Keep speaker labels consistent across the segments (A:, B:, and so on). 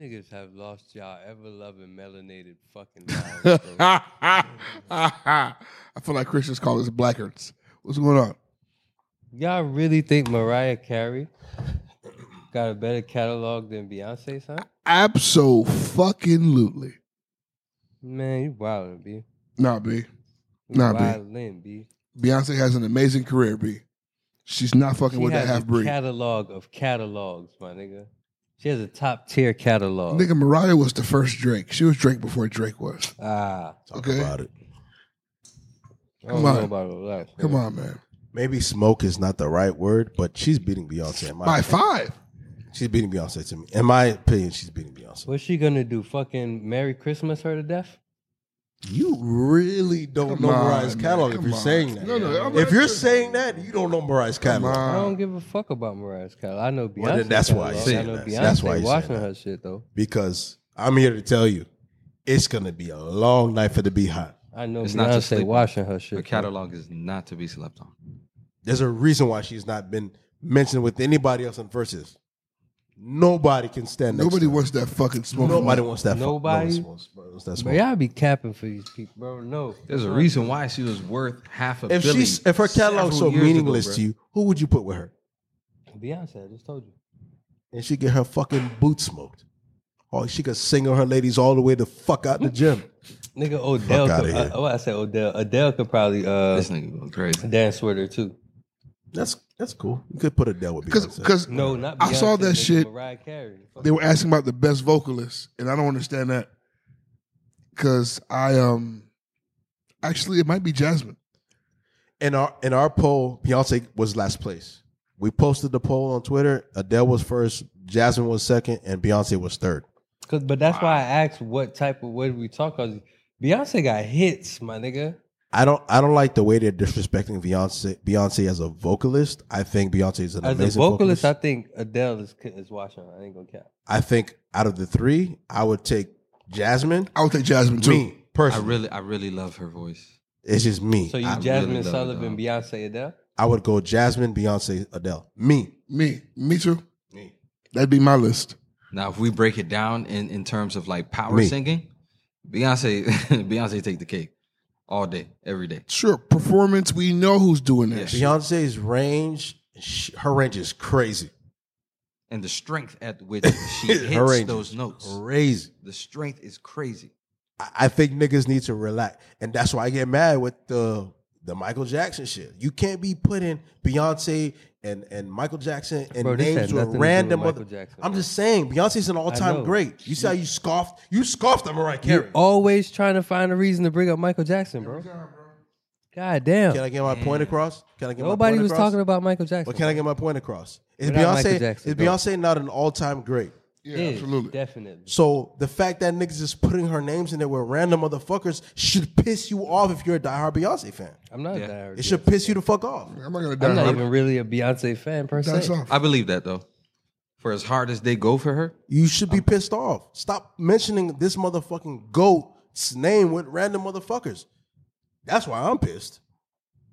A: Niggas have lost y'all ever loving melanated fucking lives. bro.
B: I feel like Christians call us blackers. What's going on?
A: y'all really think Mariah Carey got a better catalog than Beyonce, son?
B: Abso fucking lutely.
A: Man, you wildin', B. You
B: Nah, B. Nah, B.
A: wildin', B.
B: Beyonce has an amazing career, B. She's not fucking
A: She
B: with that
A: has
B: half
A: a
B: breed.
A: catalog of catalogs, my nigga. She has a top tier catalog.
B: Nigga, Mariah was the first Drake. She was Drake before Drake was.
A: Ah,
C: Talk
B: Okay.
C: about it.
A: I don't
B: Come
A: know
B: on.
A: about all that.
B: Come on, man.
C: Maybe smoke is not the right word, but she's beating Beyonce. In my
B: By
C: opinion.
B: five.
C: she's beating Beyonce to me. In my opinion, she's beating Beyonce.
A: What's she gonna do? Fucking Merry Christmas her to death?
C: You really don't
B: Come
C: know
B: on,
C: Mariah's
B: man.
C: catalog if
B: Come
C: you're
B: on.
C: saying that.
B: No, no, I'm
C: if
B: not
C: you're
B: saying-
C: saying that, you don't know Mariah's catalog.
B: on.
A: I don't give a fuck about Mariah's catalog. I know Beyonce.
C: Well, then that's why you're
A: I
C: saying
A: know
C: that.
A: Beyonce
C: That's why you're saying
A: watching
C: that.
A: her shit though.
C: Because I'm here to tell you, it's gonna be a long night for the Beehive.
A: I know
D: It's
A: Beyonce
D: not just sleeping.
A: watching her
D: Her
A: shit. though.
D: catalog is not to be slept on.
C: There's a reason why she's not been mentioned with anybody else in verses. Nobody can stand. next
B: Nobody
C: to her.
B: wants that fucking smoke.
C: Nobody wants that. fu-
A: Nobody?
C: nobody wants, wants that
A: But
C: smoke.
A: y'all be capping for these people, bro. No,
D: There's a reason why she was worth half a
C: If
D: billion.
C: she's if her catalog's so
D: several years ago,
C: meaningless
D: bruh.
C: to you, who would you put with her?
A: Beyonce. I just told you.
C: And she get her fucking boot smoked. Or she could single her ladies all the way the fuck out the gym.
A: Nigga Odell.
C: outta
A: could-
C: here.
A: uh, oh, I said Odell. Adele could probably uh,
D: this nigga going crazy.
A: dance with her too.
C: That's that's cool. You could put a deal with
B: Because
C: Beyonce.
B: because
A: No, not. Beyonce,
B: I saw that
A: nigga,
B: shit.
A: Mariah Carey. Fuck
B: They were asking about the best vocalist, and I don't understand that. Cause I um actually it might be Jasmine.
C: in our in our poll, Beyonce was last place. We posted the poll on Twitter. Adele was first, Jasmine was second, and Beyonce was third.
A: 'Cause- but that's why I asked what type of what we talk. Cause Beyonce got hits, my nigga.
C: I don't I don't like the way they're disrespecting Beyonce Beyonce as a vocalist. I think Beyonce is an
A: As a
C: amazing
A: vocalist,
C: vocalist.
A: I think Adele is is watching. Her. I ain't gonna cap.
C: I think out of the three, I would take Jasmine.
B: I would take Jasmine too.
C: Me
D: I
C: personally,
D: really, I really love her voice.
C: it's just me.
A: So you
D: I really
A: Jasmine
D: love it,
A: Sullivan,
D: dog.
A: Beyonce, Adele.
C: I would go Jasmine, Beyonce, Adele. Me.
B: Me. Me too.
C: Me.
B: That'd be my list.
D: Now, if we break it down in, in terms of like power
C: Me.
D: singing, Beyonce, Beyonce take the cake all day, every day.
B: Sure. Performance, we know who's doing that. shit.
C: Beyonce's range, sh- her range is crazy.
D: And the strength at which she hits
C: her range
D: those
C: is
D: notes,
C: crazy.
D: the strength is crazy.
C: I I think niggas need to relax, and that's why I get mad with the the Michael Jackson shit. You can't be putting Beyonce and and Michael Jackson and
A: Bro, this had
C: names
A: nothing
C: with
A: to do with
C: random
A: Michael
C: other.
A: Jackson,
C: I'm
A: bro.
C: just saying, Beyonce's an all
A: know.
C: time great. You see how you scoffed? You scoffed at Mariah Carey.
A: You're always trying to find a reason to bring up Michael Jackson, bro. God damn.
C: Can I get my point across? Can I get
A: Nobody
C: my point
A: was
C: across?
A: talking about Michael Jackson.
C: But can I get my point across? Is
A: Without Michael
C: Beyonce
A: Jackson,
C: is
A: though.
C: Beyonce not an all time great?
B: Yeah,
A: Is,
B: absolutely.
A: Definitely.
C: So the fact that niggas is putting her names in there with random motherfuckers should piss you off if you're a diehard Beyonce fan.
A: I'm not
D: Yeah.
A: that.
C: It should piss you the fuck off.
B: I'm not gonna die.
A: I'm not
B: I'm
A: even really a Beyonce fan per se.
B: that's off.
D: I believe that though. For as hard as they go for her,
C: You should be pissed off. Stop mentioning this motherfucking goat's name with random motherfuckers. That's why I'm pissed.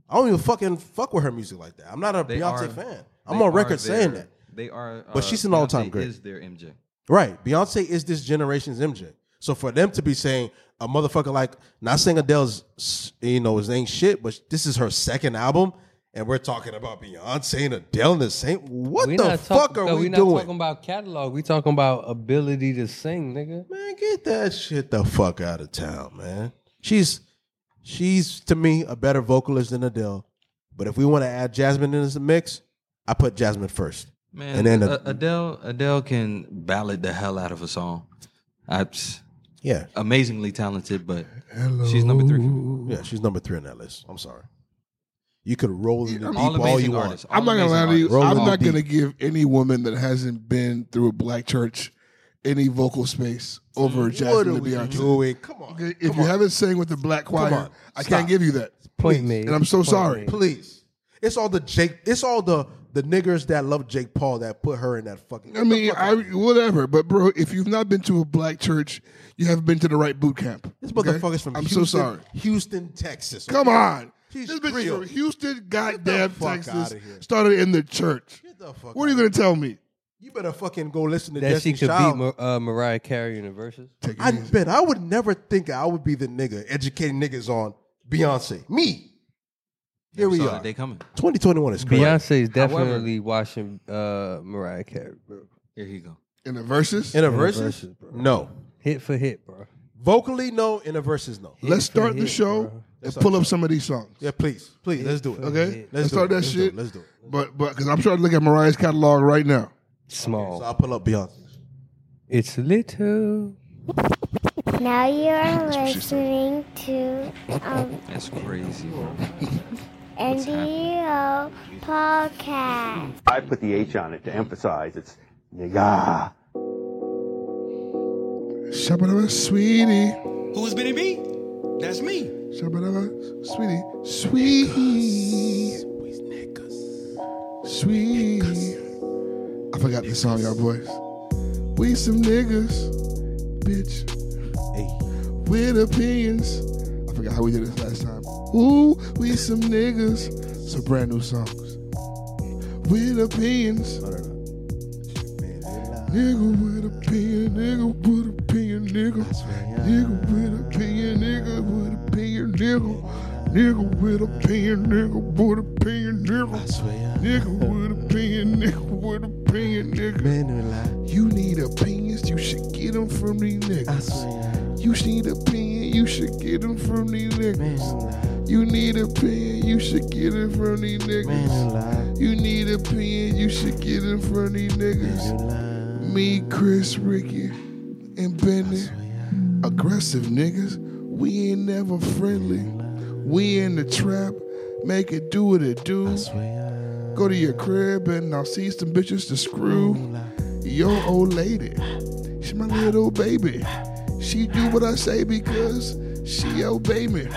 C: I don't even fucking fuck with her music like that. I'm not a
D: they
C: Beyonce
D: are-
C: fan. I'm
D: they
C: on
D: are
C: record saying
D: their-
C: that.
D: They are, uh,
C: But she's an all-time
D: Beyonce
C: great.
D: Is their MJ?
C: Right. Beyonce is this generation's MJ. So for them to be saying a motherfucker like not saying Adele's s- you know his ain't shit, but this is her second album, and we're talking about Beyonce and Adele in the same. What
A: We
C: the
A: not
C: fuck
A: talking-
C: are
A: no,
C: we,
A: we not
C: doing?
A: talking about catalog. We talking about ability to sing, nigga.
C: man, get that shit the fuck out of town, man. She's she's to me a better vocalist than Adele. But if we want to add Jasmine into the mix, I put Jasmine first.
D: Man,
C: And then the-
D: A- Adele, Adele can ballad the hell out of a song. I,
C: Yeah,
D: amazingly talented, but she's number three. For me.
C: yeah, she's number three on that list. I'm sorry. You could roll in the deep
D: All
C: all
D: amazing
C: you want.
D: artists.
B: I'm not gonna lie to you.
C: Roll
B: I'm
C: it
B: not
C: deep.
B: gonna give any woman that hasn't been through a black church any vocal space
A: Mm-hmm.
B: over Jasmine to Beyonce.
C: doing? Come on.
B: Okay, If you haven't sang with the black choir,
C: on.
B: I
C: Stop.
B: can't give you that.
A: Point made.
B: And I'm so
A: Point
B: sorry.
A: made.
C: please. It's all the Jake. It's all the the niggers that love Jake Paul that put her in that fucking.
B: I mean, I whatever. But bro, if you've not been to a black church, you haven't been to the right boot camp.
C: this
B: okay?
C: motherfucker's from.
B: I'm
C: Houston,
B: so sorry.
C: Houston, Texas.
B: Come on.
C: He's
B: this bitch is
C: real.
B: from Houston,
C: the
B: goddamn
C: fuck
B: Texas.
C: outta here.
B: Started in the church.
C: Get the fuck
B: What are you
C: outta
B: gonna tell me?
C: You better fucking go listen to
A: that she
C: Destiny's
A: could
C: Child.
A: beat Mar- uh, Mariah Carey in the verses.
B: Take it
C: I
B: easy.
C: bet I would never think I would be the nigga educating niggas on Beyonce. Me. Here we
D: saw
C: are.
D: that They coming.
C: 2021 is crazy.
A: Beyonce is
D: However-
A: definitely watching uh, Mariah Carey, bro.
D: Here he go.
B: in the verses.
C: In a
A: the
C: versus?
A: verses, bro.
C: No.
A: Hit for hit, bro.
C: Vocally, no. In a verses, no.
A: Hit
B: Let's
A: for
B: start the
A: hit,
B: show
A: bro.
B: and
C: Let's
B: pull
C: start
B: up
C: the
B: some of these songs.
C: Yeah, please. Please, let's do it.
A: Okay.
B: Okay,
A: Let's
B: let's
C: do
B: start
C: it.
B: that
C: Let's do
B: shit.
C: it. Let's do it.
B: But but because I'm trying to look at Mariah's catalog right now.
A: Small.
C: So I'll pull up Beyonce.
A: it's little.
E: Now you're
B: she said.
E: listening to um,
D: That's crazy. bro.
E: NDO podcast.
F: I put the H on it to emphasize it's nigga.
B: Shabba sweetie.
G: Who's been in me? That's me.
B: Shabba sweetie. Sweet. Sweet. I forgot the song, y'all boys. We some niggas, bitch.
C: Hey.
B: with opinions. I forgot how we did this last time. Ooh, we some niggas. Some brand new songs. With opinions. Nigga with opinion, nigga with opinion, nigga. Nigga with opinion, nigga with opinion, nigga. Nigga with opinion, nigga with opinion, nigga. Nigga with opinion, nigga with opinion, nigga. You need opinions, you should get them from these niggas. You need a pen, you should get them from these niggas. You need a pen, you should get it from these niggas. You need a pen, you should get it from these niggas. Me, Chris, Ricky, and Benny. Aggressive niggas, we ain't never friendly. We in the trap, make it do what it do. Go to your crib and I'll see some bitches to screw. Yo, old lady, she my little baby. She do what I say because she obey me.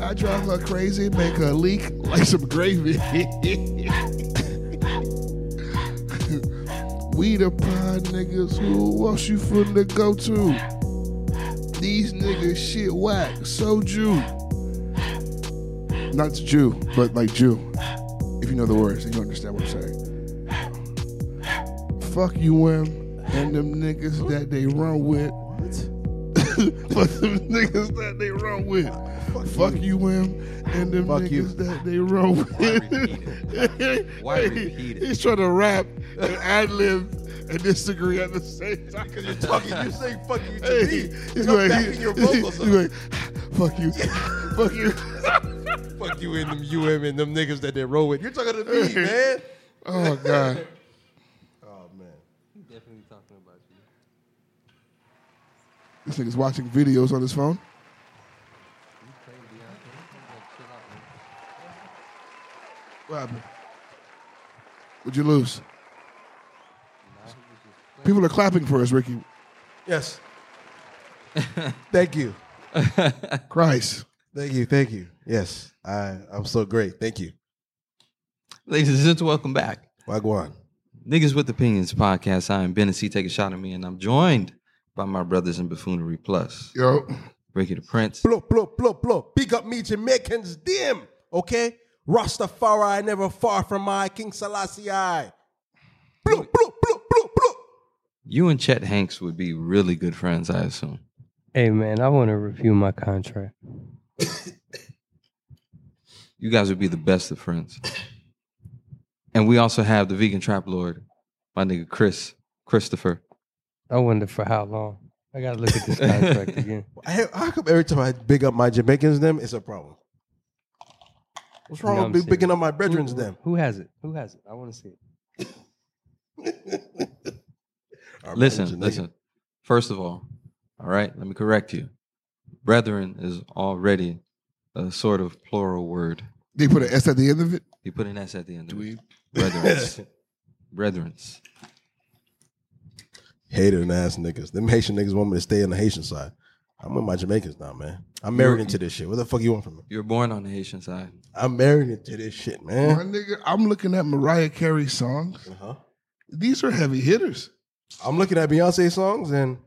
B: I drive her crazy, make her leak like some gravy. we the pod niggas, who else you finna go to? These niggas shit whack, so Jew. Not Jew, but like Jew. If you know the words, then you understand what I'm saying. Fuck you, M, and them niggas that they run with. Fuck them niggas that they run with. Fuck you, M, and them
C: Fuck
B: niggas
C: you.
B: that they run
D: repeat
B: with.
D: Why repeat it?
B: He's trying to rap and ad lib and disagree at the same time. Cause you're talking, you say fuck you to me. He's going,
C: backing your vocals
B: he's going, fuck you, fuck you.
C: Fuck you and them UM and them niggas that they roll with. You're talking to me, man.
B: Oh god.
C: Oh, man.
A: Definitely talking about you.
B: This nigga's watching videos on his phone. What happened? Would you lose? People are clapping for us, Ricky.
C: Yes. Thank you.
B: Christ.
C: Thank you. Thank you. Yes. I, I'm so great. Thank you.
D: Ladies and gentlemen, welcome back.
C: Wagwan.
D: Niggas with Opinions podcast. I am Ben and C. Take a shot at me, and I'm joined by my brothers in Buffoonery Plus,
B: Yo.
D: Ricky the Prince.
C: Blow, blow, blow, blow. Big up me Jamaicans, damn. Okay? Rastafari, never far from my King Selassie. Blow, blow, blow, blow, blow.
D: You and Chet Hanks would be really good friends, I assume.
A: Hey man, I want to review my contract.
D: You guys would be the best of friends. And we also have the vegan trap lord, my nigga Chris Christopher.
A: I wonder for how long. I gotta look at this contract again.
C: I, how come every time I big up my Jamaicans, them, it's a problem? What's wrong
A: No, I'm
C: with me picking
A: serious.
C: up my brethrens, them?
A: Who has it? Who has it? I want to see it.
C: Our
D: Mm-hmm. Listen,
C: brethren, nigga.
D: listen. First of all, all right, let me correct you. Brethren is already a sort of plural word.
B: They put an S at the end of it?
D: You put an S at the end of it.
B: Dweeb.
D: Brethrens. Brethrens.
C: Hating ass niggas. Them Haitian niggas want me to stay on the Haitian side. I'm with my Jamaicans now, man. I'm married into this shit. What the fuck you want from me?
D: You're born on the Haitian side.
C: I'm married into this shit,
B: My
C: man.
B: nigga, I'm looking at Mariah Carey songs.
C: Uh-huh.
B: These are heavy hitters.
C: I'm looking at Beyonce songs, and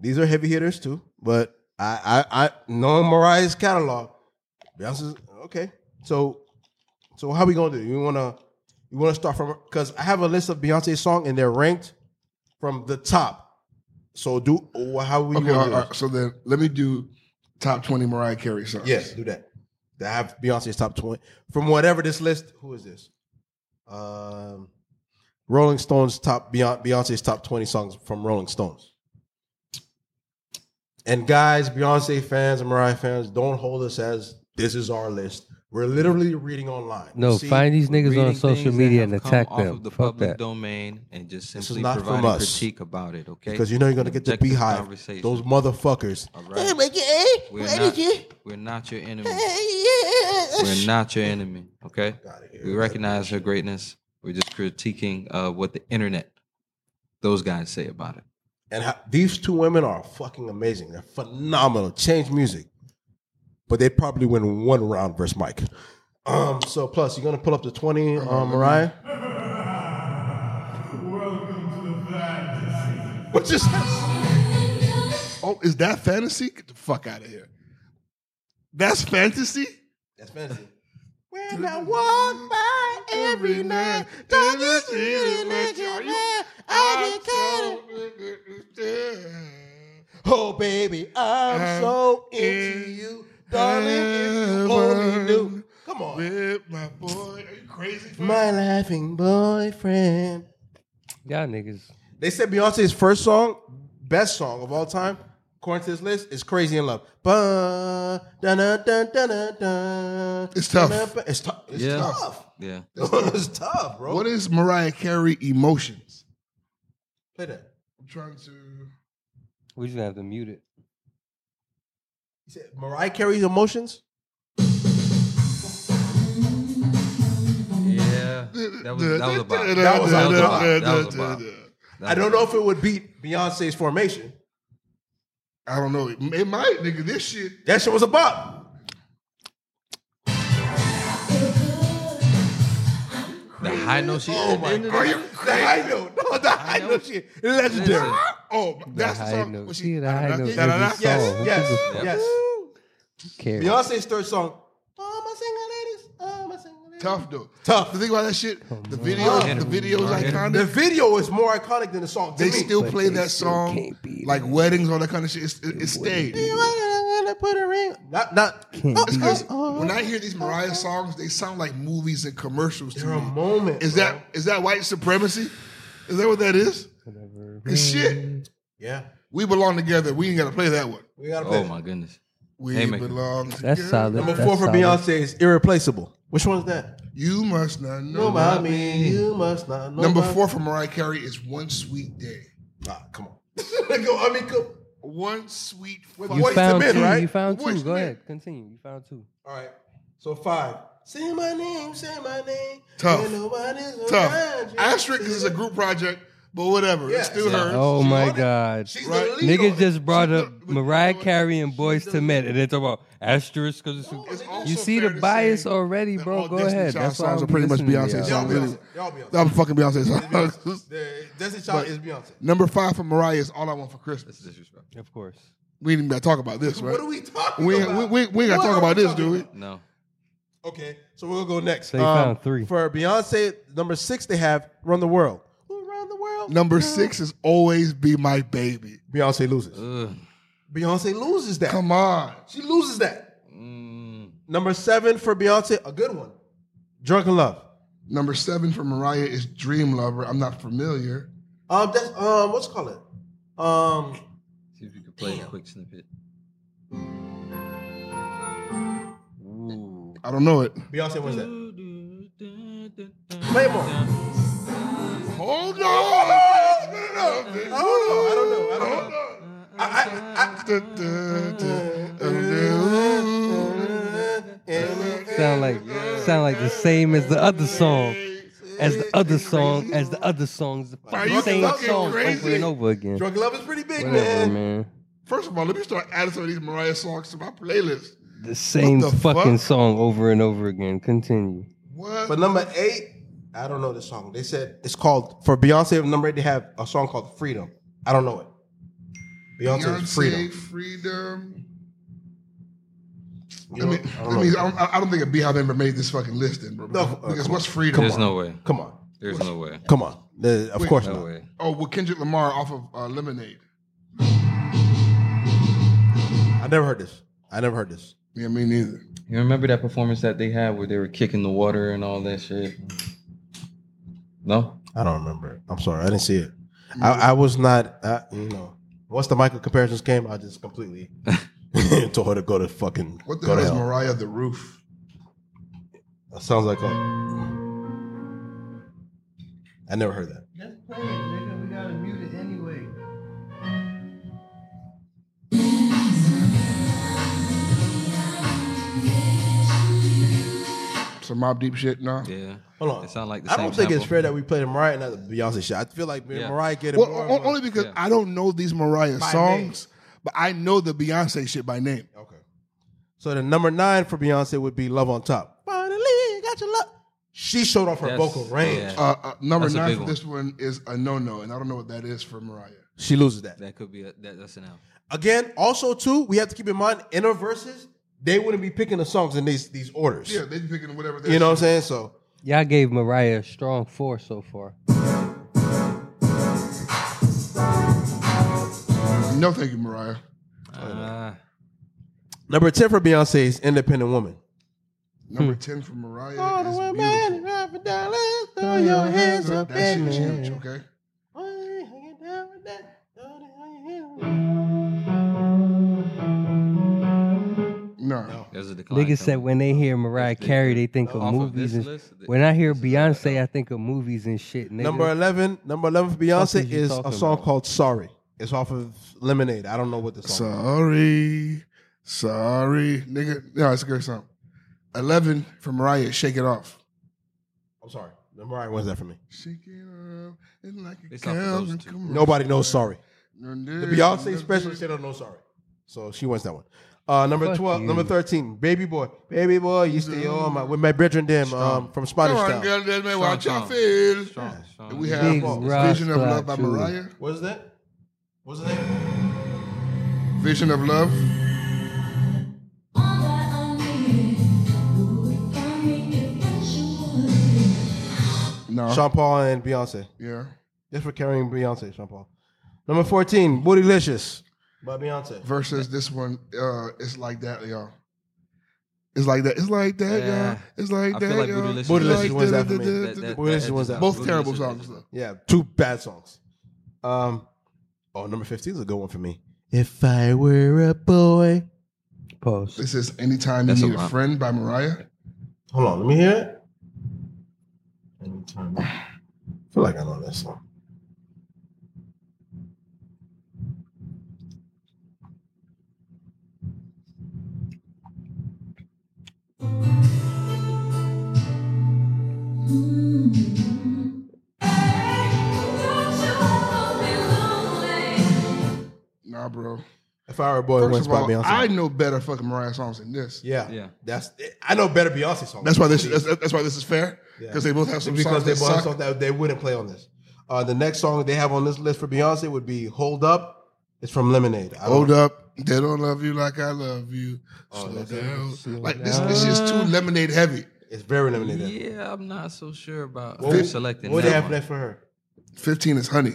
C: these are heavy hitters too. But I, I, I knowing Mariah's catalog, Beyonce's okay. So, so how we gonna do? You wanna You want to start from because I have a list of Beyonce songs and they're ranked from the top. So do wh- how we
B: Okay,
C: gonna
B: all right,
C: do it?
B: all right. So then let me do top 20 Mariah Carey songs.
C: Yes, do that. I have Beyonce's top twenty from whatever this list. Who is this? Um, Rolling Stones top Beyonce, Beyonce's top twenty songs from Rolling Stones. And guys, Beyonce fans and Mariah fans, don't hold us as this is our list. We're literally reading online.
A: No,
C: See,
A: find these niggas
D: Reading
A: on social
D: things that
A: media
D: have
A: and
D: come
A: attack
D: off
A: them.
D: Of the
A: Fuck
D: public
A: that.
D: domain and just
C: is
D: simply
C: not from
D: provide a
C: us.
D: critique about it, okay?
C: because you know you're gonna get the
D: Objective
C: beehive.
D: conversation.
C: Those motherfuckers.
D: All right. We're not, we're not your enemy. We're not your enemy, okay? We recognize her greatness. We're just critiquing uh, what the internet, those guys say about it.
C: And how, these two women are fucking amazing. They're phenomenal. Change music. But they probably win one round versus Mike. Um, so plus you're gonna pull up the 20, um, Mariah. What's this?
B: Oh, is that fantasy? Get the fuck out of here. That's fantasy?
C: That's fancy.
B: When I walk by every night, I just feel that you're there. I just
C: Oh baby, I'm so into you. Darling, if you only knew. Come on.
B: With my boy, are you crazy? bro?
C: My laughing boyfriend.
A: Y'all niggas.
C: They said Beyonce's first song, best song of all time, according to this list, is "Crazy in Love." Ba, da-na, da-na, da-na,
B: It's tough.
C: da-na, ba- It's tough. It's
D: Yeah.
C: tough.
D: Yeah.
C: it's tough, bro.
B: What is Mariah Carey emotions?
C: Play that.
B: I'm trying to.
A: We just gonna have to mute it.
C: You said Mariah Carey's emotions.
D: Yeah. That was, that was about it.
C: That was a bop.
D: That was a bop.
C: I don't know if it would beat Beyonce's "Formation."
B: I don't know. It, it might, nigga. This shit.
C: That shit was a bop.
D: The high note she
C: Oh my god! Are you crazy? I know. No, the I know shit. Legendary.
D: Listen.
B: Oh, that's the
A: high
B: song.
A: note.
B: When
A: See, the high note
B: Da-da-da.
A: every
C: Yes,
A: song. Who
C: yes,
A: gives a
C: yes.
A: Carey.
C: Beyonce's third song. All my single ladies. All my single ladies.
B: Tough though.
C: Tough.
B: The thing about that shit, the video,
C: Hit
B: the video is
C: The
B: iconic.
C: video is more iconic than the song. To
B: They
C: me.
B: still
A: But
B: play
A: they
B: that
A: still
B: song
A: can't beat
B: like weddings, all that kind of shit. It's, it's staged.
C: You wanna- gonna put a ring-
A: Hmm.
C: Not, not.
B: It's 'cause when I hear these Mariah songs, they sound like movies and commercials to
C: They're a
B: me.
C: moment.
B: Is
C: bro.
B: that is that white supremacy? Is that what that is? It's shit.
C: Yeah.
B: We belong together. We ain't gotta play that one.
C: We gotta play.
D: Oh
C: that.
D: my goodness.
B: We
D: Haymaker.
B: belong together.
A: That's solid.
C: Number
A: That's
C: four for
A: solid.
C: Beyonce is irreplaceable. Which one is that?
B: You must not know.
C: No, about me. You must not know.
B: Number
C: about-
B: four for Mariah Carey is One Sweet Day.
C: Ah, come on. Go, I mean, come.
B: One sweet
A: You
C: Voice to
A: found
C: men,
A: two.
C: right?
A: You found
B: Voice
A: two.
B: to
A: Go
B: men.
A: ahead. Continue. You found two.
C: All right. So five. Say my name. Say my name.
B: Tough.
C: When nobody's around
B: tough.
C: you.
B: Asterisk is a group project, but whatever.
C: Yeah.
B: It's still
D: Yeah.
B: hers.
A: Oh my
C: on it.
A: God.
C: She's
B: Right.
C: the lead.
A: Niggas
C: on it.
A: just brought
B: She's
A: up
B: the- but you
A: Mariah
B: know what?
A: Carey and Boys to Men, and they talk about asterisk because
B: It's
A: you
B: also
A: see the
B: fair to
A: bias
B: say
A: already,
B: that
A: bro.
B: all
A: Go
B: Destiny's
A: ahead.
B: Child
A: That's why
B: songs
A: I
B: are pretty much
A: listening to y'all.
B: Beyonce's songs.
C: Y'all Beyonce.
B: Really.
C: Y'all Beyonce.
B: I'm fucking Beyonce
C: Beyonce.
B: songs.
C: The Destiny Child is Beyonce.
B: Number five for Mariah is All I Want for Christmas.
D: That's disrespectful.
A: Of course.
B: We ain't even gotta talk about this, right?
C: What are we talking
B: We ain't-
C: about?
B: we- we- we ain't gotta
C: What
B: talk
C: are
B: about this,
C: talking
B: do we?
C: about?
D: No.
C: Okay, so we'll go next.
A: So
C: Um,
A: you found three.
C: For Beyonce, number six, they have Run the World. Run the World.
B: Number six is Always Be My Baby.
C: Beyonce loses.
D: Ugh.
C: Beyonce loses that.
B: Come on.
C: She loses that.
D: Mm.
C: Number seven for Beyonce, a good one. Drunken Love.
B: Number seven for Mariah is Dream Lover. I'm not familiar.
C: Um, that's, um, what's it called it? Um,
D: See if you can play a quick snippet. Ooh.
B: I don't know it.
C: Beyonce wins that. Play more.
B: Hold on.
C: I don't know. I don't know. I don't know. I, I, I,
A: Sound like sound like the same as the other song, as the other song, as the other songs. The
B: Are you
A: fucking same
B: fucking
A: song over
B: crazy?
A: and over again.
C: Drunken Love is pretty big,
A: Whatever,
C: man.
A: man.
B: First of all, let me start adding some of these Mariah songs to my playlist.
A: The same
B: the
A: fucking
B: fuck?
A: song over and over again. Continue.
B: What?
C: But number eight, I don't know this song. They said it's called for Beyonce. Number eight, they have a song called Freedom. I don't know it. Beyonce's
B: Beyonce,
C: Freedom.
B: freedom. I mean, I, mean I, don't, I don't think a Beehive member made this fucking list, then, bro.
C: No, uh,
B: because
C: come
B: what's freedom?
D: There's no way.
C: Come on,
D: There's no way.
C: come on. The- of
B: Wait,
C: course
D: No
C: not.
D: way.
B: Oh, well, Kendrick Lamar off of uh, Lemonade.
C: I never heard this. I never heard this.
B: Yeah, me neither.
D: You remember that performance that they had where they were kicking the water and all that shit? No?
C: I don't remember. it. I'm sorry. I didn't see it.
B: Mm.
C: I, I was not. I, you know, once the Michael comparisons came, I just completely told her to go to fucking.
B: What the
C: go
B: hell
C: to
B: is
C: hell.
B: Mariah the Roof?
C: That sounds like a. I never heard that.
D: That's playing, nigga. We gotta mute it anyway.
B: Some Mob Deep shit, no?
D: Yeah.
C: Hold on.
D: It sound like the
C: I
D: same
C: don't think it's
D: sample.
C: fair that we played a Mariah and not the Beyonce shit. I feel like
D: Yeah.
C: Mariah getting
B: Well,
C: more.
B: o- only because
D: yeah.
B: I don't know these Mariah
C: By
B: songs, but I know the Beyonce shit by name.
C: okay. So the number nine for Beyonce would be Love on Top. Finally, got your love. She showed off her
D: That's-
C: vocal range.
D: yeah.
B: Uh, uh, number
D: That's a
B: nine
D: big
B: for
D: one.
B: this one is a no no, and I don't know what that is for Mariah.
C: She loses that.
D: That could be a, that, that's an L.
C: Again, also too, we have to keep in mind inner verses. They wouldn't be picking the songs in these these orders.
B: Yeah, they be picking whatever.
C: You know what I'm saying? So
A: Y'all gave Mariah a strong four so far.
B: saying? No, thank you, Mariah. Oh,
D: Uh,
C: number ten for Beyonce is Independent Woman.
B: Number ten for Mariah is beautiful.
C: throw your hands up
B: That shit's huge. Okay. No.
D: there's a decline.
A: Niggas said when they hear Mariah Carey, they think of
D: Off of
A: movies. and,
D: this list,
A: when I hear Beyonce, I think of movies and shit. Nigga.
C: Number eleven, number eleven for
A: Fuck
C: Beyonce
A: is you
C: is a
A: talking
C: song
A: about?
C: called Sorry. It's off of Lemonade. I don't know what the song. is.
B: Sorry, sorry, nigga. No, it's a great song. Eleven for Mariah. Shake it off.
C: I'm sorry. Mariah was that for me.
B: Shake it off. It's like a
D: It's off of those
B: Calvin
D: two.
B: commercial.
C: Nobody knows Sorry.
B: The
C: The Beyonce special shit don't know Sorry. So she wins that one. Uh, number
A: Fuck
C: twelve,
A: you.
C: number thirteen, Baby Boy, Baby Boy, you stay on my with my brethren them um, from Spanish
B: Come on,
C: Town.
B: girl, let me watch your
D: song.
B: face.
D: Strong, strong.
B: And We
A: Big
B: have
A: rock
B: Vision of Love by
A: fly, too.
B: Mariah.
C: What is that? What's the name?
B: Vision of Love. No.
C: Sean Paul and Beyonce.
B: Yeah.
C: Just for carrying Beyonce, Sean Paul. Number 14, Bootylicious by Beyonce.
B: Versus this one, uh, it's like that, y'all. It's like that. It's like that,
D: Yeah.
B: y'all. It's like
D: I feel
B: that,
D: like
B: y'all.
D: Bootylicious-
B: It's
C: Bootylicious
B: like
C: wins
B: da-
C: that for
B: da-
C: me.
B: da-
D: That-
B: da-
D: that-
C: Boy, this is one's
D: that-
C: out.
B: Both
D: Bootylicious
B: terrible
D: is-
B: songs. though.
C: Yeah, two bad songs. Um, oh, number 15 is a good one for me. If I were a boy.
A: Pause.
B: This is Anytime You
D: That's a
B: Need a
D: lot.
B: Friend by Mariah.
C: Hold on, let me hear it. Anytime. I feel like I know that song.
B: Nah, bro.
C: If I were a boy, it
B: First
C: wins
B: of
C: by
B: all,
C: Beyonce.
B: I know better fucking Mariah songs than this.
C: yeah,
D: Yeah.
C: That's I know better Beyonce songs.
B: That's why this. That's, that's why this is fair.
C: Yeah.
B: Because they both have some
C: because
B: songs
C: they
B: that
C: both have
B: suck.
C: songs that they wouldn't play on this. Uh, the next song they have on this list for Beyonce would be "Hold Up." It's from Lemonade. I don't-
B: Hold up. They don't love you like I love you. Slow
C: Oh, that's it.
B: down. Like this, this is too lemonade heavy.
C: It's very Lemonade. then.
D: Yeah, I'm not so sure about
C: What
D: her
C: would-
D: selecting
C: What do they
D: that
C: have
D: one.
C: next for her?
B: Fifteen is honey.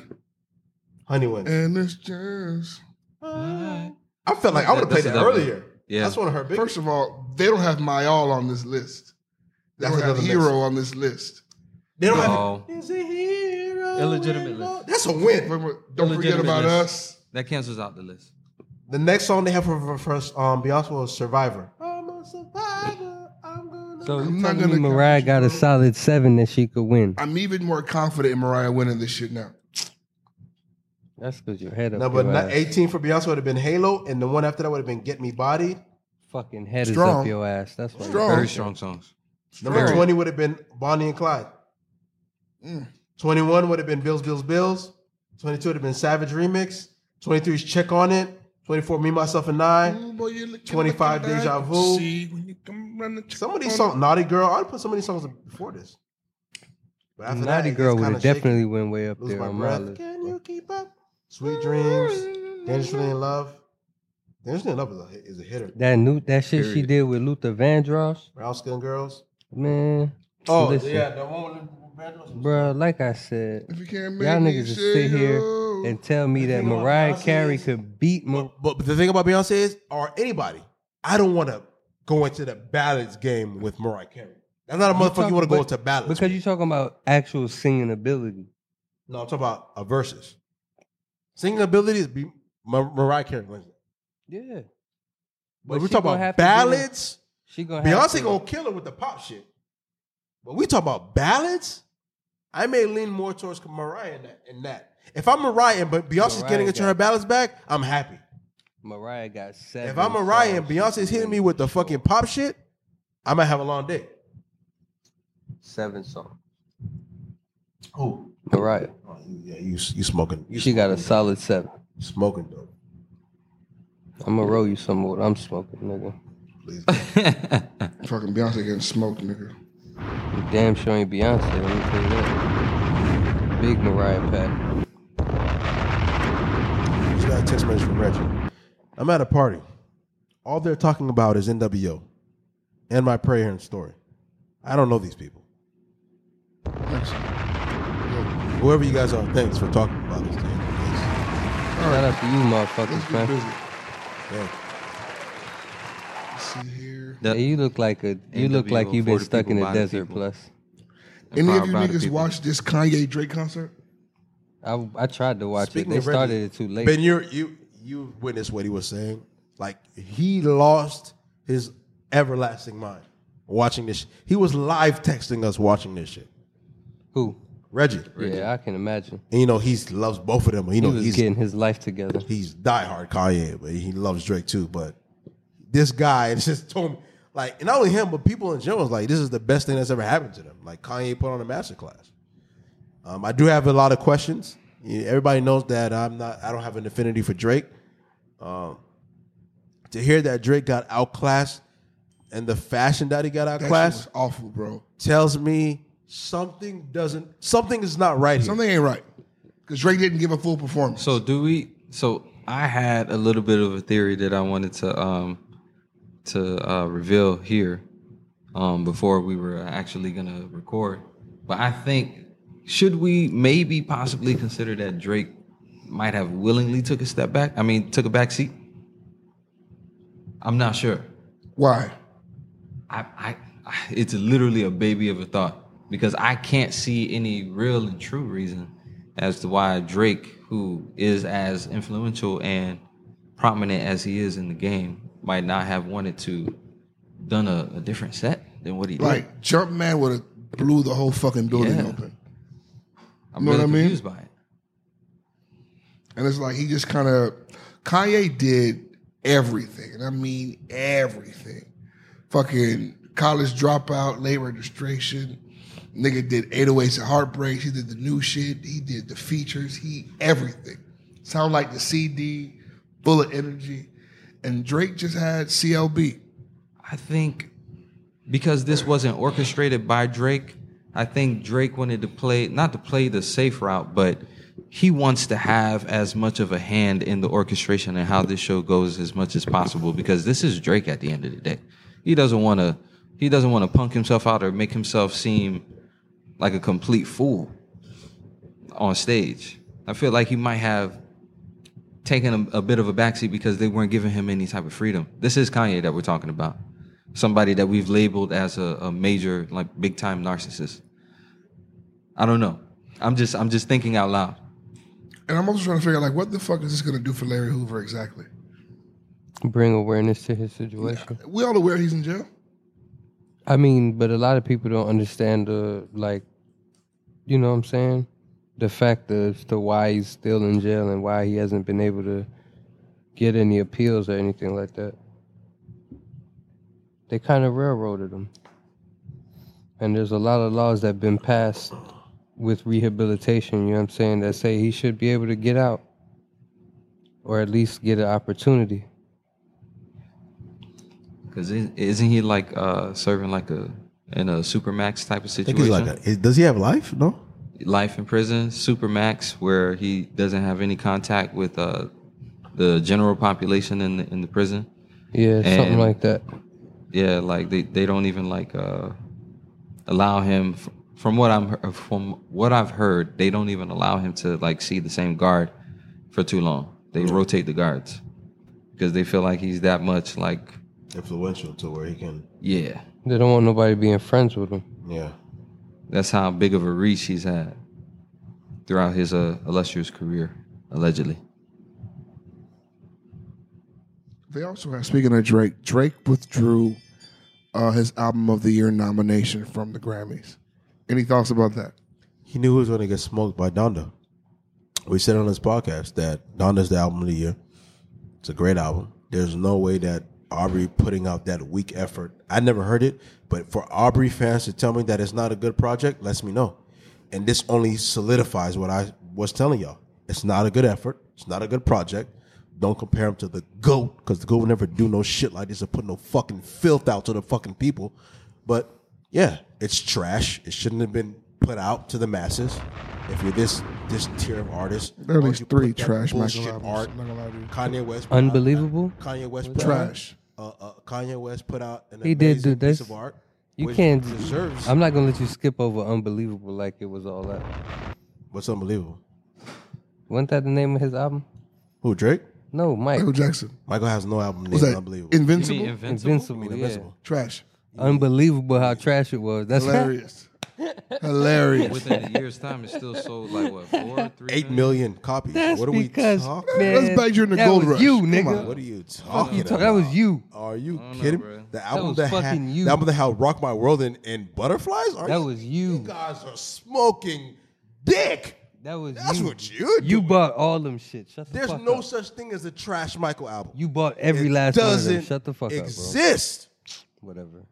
C: Honey wins.
B: And it's just
C: I felt like I would have
D: That-
C: played
D: that's
C: that
D: another one.
C: earlier.
D: Yeah.
C: that's one of her big.
B: first of all, they don't have my all on this list. They
C: That's
B: don't have
C: another
B: hero
C: mix.
B: on this list.
C: they don't
D: No.
C: have. Is a hero
D: Illegitimate list.
C: That's a win.
B: Don't forget
D: Illegitimate
B: about
D: list.
B: us.
D: That cancels out the list.
C: The next song they have for, for first um, Beyonce was "Survivor." I'm a survivor. I'm gonna.
A: So
B: I'm
A: you
B: not
A: telling me
B: gonna
A: Mariah got a solid seven that she could win.
B: I'm even more confident in Mariah winning this shit now.
A: That's because your head up.
C: Number
A: your
C: ni-
A: ass.
C: 18 for Beyonce would have been Halo, and the one after that would have been Get Me Body.
A: Fucking head is
B: Strong.
A: up your ass. That's why.
B: Strong.
D: Very strong songs.
C: Number 20 would have been Bonnie and Clyde. 21 would have been Bills, Bills, Bills. 22 would have been Savage Remix. 23 is Check On It. 24, Me, Myself, and I.
B: Mm.
C: 25 Deja Vu. Some of these songs, Naughty Girl, I'd put some of these songs before this. But after that,
A: Naughty
C: it gets
A: Girl would
C: kinda
A: have
C: shaky.
A: definitely went way up
C: Lose
A: there
C: my
A: on my
C: breath.
A: list.
C: Can you keep up? Sweet Dreams. Dangerously in Love. There's nothing up is a, is a hitter.
A: That new that shit she
D: Period.
A: did with Luther Vandross,
C: Brown skin girls.
A: man.
C: Oh
A: listen,
C: yeah, the one with the
A: Bro, like I said,
B: If you can't make
A: y'all
B: me oh.
A: niggas just
B: say
A: sit here
B: no.
A: and tell me that
C: You know what
A: Mariah
C: Beyonce
A: Carey
C: is?
A: could beat Mar-
C: But, but the thing about Beyonce is, or anybody, I don't want to go into the ballads game with Mariah Carey. That's not a motherfucker
A: talking-
C: you want to go
A: but-
C: into ballads.
A: because
C: with.
A: you're talking about actual singing ability.
C: no, I'm talking about a verses. Singing ability is be, Mar- Mariah Carey. wins it.
A: Yeah,
C: But,
A: But
C: we're
A: she
C: talking
A: gonna have
C: about
A: to be in-
C: ballads.
A: she gonna have
C: Beyonce
A: to-
C: gonna kill it with the pop shit. But we talk about ballads. I may lean more towards Mariah in that. In that. If I'm Mariah, but Beyonce's
A: Mariah
C: getting into
A: got-
C: her ballads back, I'm happy.
A: Mariah got seven.
C: If I'm Mariah and
A: songs she
C: Beyonce's
A: can
C: hitting me
A: win
C: with
A: for
C: the fucking
A: sure.
C: pop shit, I might have a long day.
A: seven songs,
C: Who?
A: Mariah,
C: Oh, you- yeah, you you smoking? You
A: she got a solid seven.
C: smoking dope?
A: I'm gonna roll you some of what I'm smoking, nigga.
B: Please. Fucking Beyonce getting smoked, nigga.
A: You damn sure ain't Beyonce. Let me tell you that. Big Mariah pack.
C: Just got a text message from Reggie. I'm at a party. All they're talking about is NWO and my prayer and story. I don't know these people.
B: Next. Yeah.
C: Whoever you guys are, thanks for talking about this. Thing.
A: Shout out to you,
B: Let's
A: motherfuckers,
B: get
A: man.
B: busy.
C: Yeah.
B: Let's see here.
D: The-
A: Hey, you look like a you look
D: NWO,
A: like you've been
D: 40
A: stuck in
D: people
A: the
D: by the
A: desert.
D: people.
A: Plus,
D: the
B: Any
D: power
B: of you
D: by the
B: niggas
D: people.
B: watched this Kanye Drake concert?
A: I I tried to watch
C: Speaking
A: it. They
C: of Reggie,
A: started it too late.
C: Ben, you you you witnessed what he was saying. Like he lost his everlasting mind watching this. Sh- he was live texting us watching this shit.
A: Who?
C: Reggie,
A: Yeah, I can imagine.
C: and you know he loves both of them. You
A: He
C: know
A: was
C: he's
A: getting his life together.
C: he's diehard Kanye, but he loves Drake too. But this guy just told me like, and not only him, but people in general is like, this is the best thing that's ever happened to them. Like Kanye put on a masterclass. Um, I do have a lot of questions. Yeah, Everybody knows that I'm not. I don't have an affinity for Drake. Um, to hear that Drake got outclassed and the fashion that he got
B: That shit
C: outclassed
B: was awful, bro.
C: tells me something doesn't. Something is not right here.
B: Something ain't right. Because Drake didn't give a full performance.
D: So do we? So I had a little bit of a theory that I wanted to um to uh, reveal here um before we were actually gonna record, but I think should we maybe possibly consider that Drake might have willingly took a step back? I mean, took a back seat. I'm not sure.
B: Why?
D: I, I, I it's literally a baby of a thought because I can't see any real and true reason as to why Drake, who is as influential and prominent as he is in the game, might not have wanted to done a, a different set than what he did.
B: Like, Jumpman would have blew the whole fucking building
D: Yeah.
B: open.
D: I'm
B: know what
D: really
B: I mean?
D: confused by it.
B: And it's like he just kind of Kanye did everything, and I mean everything. Fucking college dropout, late registration. Nigga did 808s and Heartbreaks. He did the new shit. He did the features. He everything. Sound like the CD, full of energy. And Drake just had CLB.
D: I think because this wasn't orchestrated by Drake, I think Drake wanted to play not to play the safe route, but he wants to have as much of a hand in the orchestration and how this show goes as much as possible because this is Drake at the end of the day. He doesn't want to he doesn't want to punk himself out or make himself seem like a complete fool on stage. I feel like he might have taken a, a bit of a backseat because they weren't giving him any type of freedom. This is Kanye that we're talking about, somebody that we've labeled as a, a major, like big time narcissist. I don't know. I'm just I'm just thinking out loud.
B: And I'm also trying to figure out like what the fuck is this gonna do for Larry Hoover exactly?
A: Bring awareness to his situation.
B: We all aware he's in jail.
A: I mean, but a lot of people don't understand the like, you know what I'm saying? The fact as to why he's still in jail and why he hasn't been able to get any appeals or anything like that. They kind of railroaded him, and there's a lot of laws that've been passed with rehabilitation. You know what I'm saying? That say he should be able to get out, or at least get an opportunity.
D: Because isn't he like uh, serving like a in a supermax type of
C: I think he's
D: situation?
C: like, a, does he have life? No.
D: Life in prison, supermax, where he doesn't have any contact with uh, the general population in the, in the prison.
A: Yeah, something
D: And-
A: like that.
D: Yeah, like they, they don't even like uh, allow him. f- From what I'm uh, from what I've heard, they don't even allow him to like see the same guard for too long. They rotate the guards because they feel like he's that much like
C: Influential to where he can,
D: yeah.
A: They don't want nobody being friends with him.
C: yeah.
D: That's how big of a reach he's had throughout his uh, illustrious career, allegedly.
B: They also have, speaking of Drake, Drake withdrew uh, his album of the year nomination from the Grammys. Any thoughts about that?
C: He knew he was going to get smoked by Donda. We said on this podcast that Donda's the album of the year. It's a great album. There's no way that Aubrey putting out that weak effort. I never heard it, but for Aubrey fans to tell me that it's not a good project lets me know. And this only solidifies what I was telling y'all. It's not a good effort. It's not a good project. Don't compare him to the GOAT because the GOAT will never do no shit like this or put no fucking filth out to the fucking people. But yeah, it's trash. It shouldn't have been put out to the masses. If you're this this tier of artist,
B: There are at
C: why
B: least
C: don't you
B: three
C: put that
B: trash Michael
C: bullshit
B: albums.
C: art
B: I'm not gonna lie to you.
C: Kanye West. put out-
A: Unbelievable.
C: Kanye West put
B: Trash.
C: Out, uh, uh, Kanye West put out an
A: He did
C: amazing
A: do this.
C: piece of art.
A: You
C: which
A: can't.
C: Deserves.
A: I'm not gonna let you skip over unbelievable like it was all that.
C: What's unbelievable?
A: Wasn't that the name of his album?
C: Who Drake?
A: No, Mike.
B: Michael Jackson.
C: Michael has no album named
B: Was that
C: Unbelievable.
B: Invincible?
A: Invincible. Oh, yeah.
C: Invincible.
B: Trash.
A: Unbelievable how trash it was. That's
B: Hilarious. Hilarious.
D: Within a year's time, it still sold like what four, three,
C: Eight million copies.
A: That's
C: what are we
A: because
C: talking?
A: man,
B: That's back during the
A: that
B: gold
A: was
B: rush.
A: You
B: Come
A: nigga.
B: on.
C: What are you talking
A: You talk-
C: about?
A: that was you.
C: Are you
D: don't know,
C: kidding?
D: bro.
C: the
D: That
C: album
A: was
C: that, had,
A: fucking you.
C: the album that had "Rock My World" and, and "Butterflies." Are
A: That
C: you-
A: was you.
C: You guys are smoking dick.
A: That was
C: That's
A: you.
C: what you're
A: You
C: doing.
A: bought all them shit. Shut the
C: There's
A: fuck
C: no
A: up.
C: such thing as a trash Michael album.
A: You bought every
C: It
A: last one of them.
C: doesn't
A: Shut the fuck up,
C: exist.
A: bro. Whatever.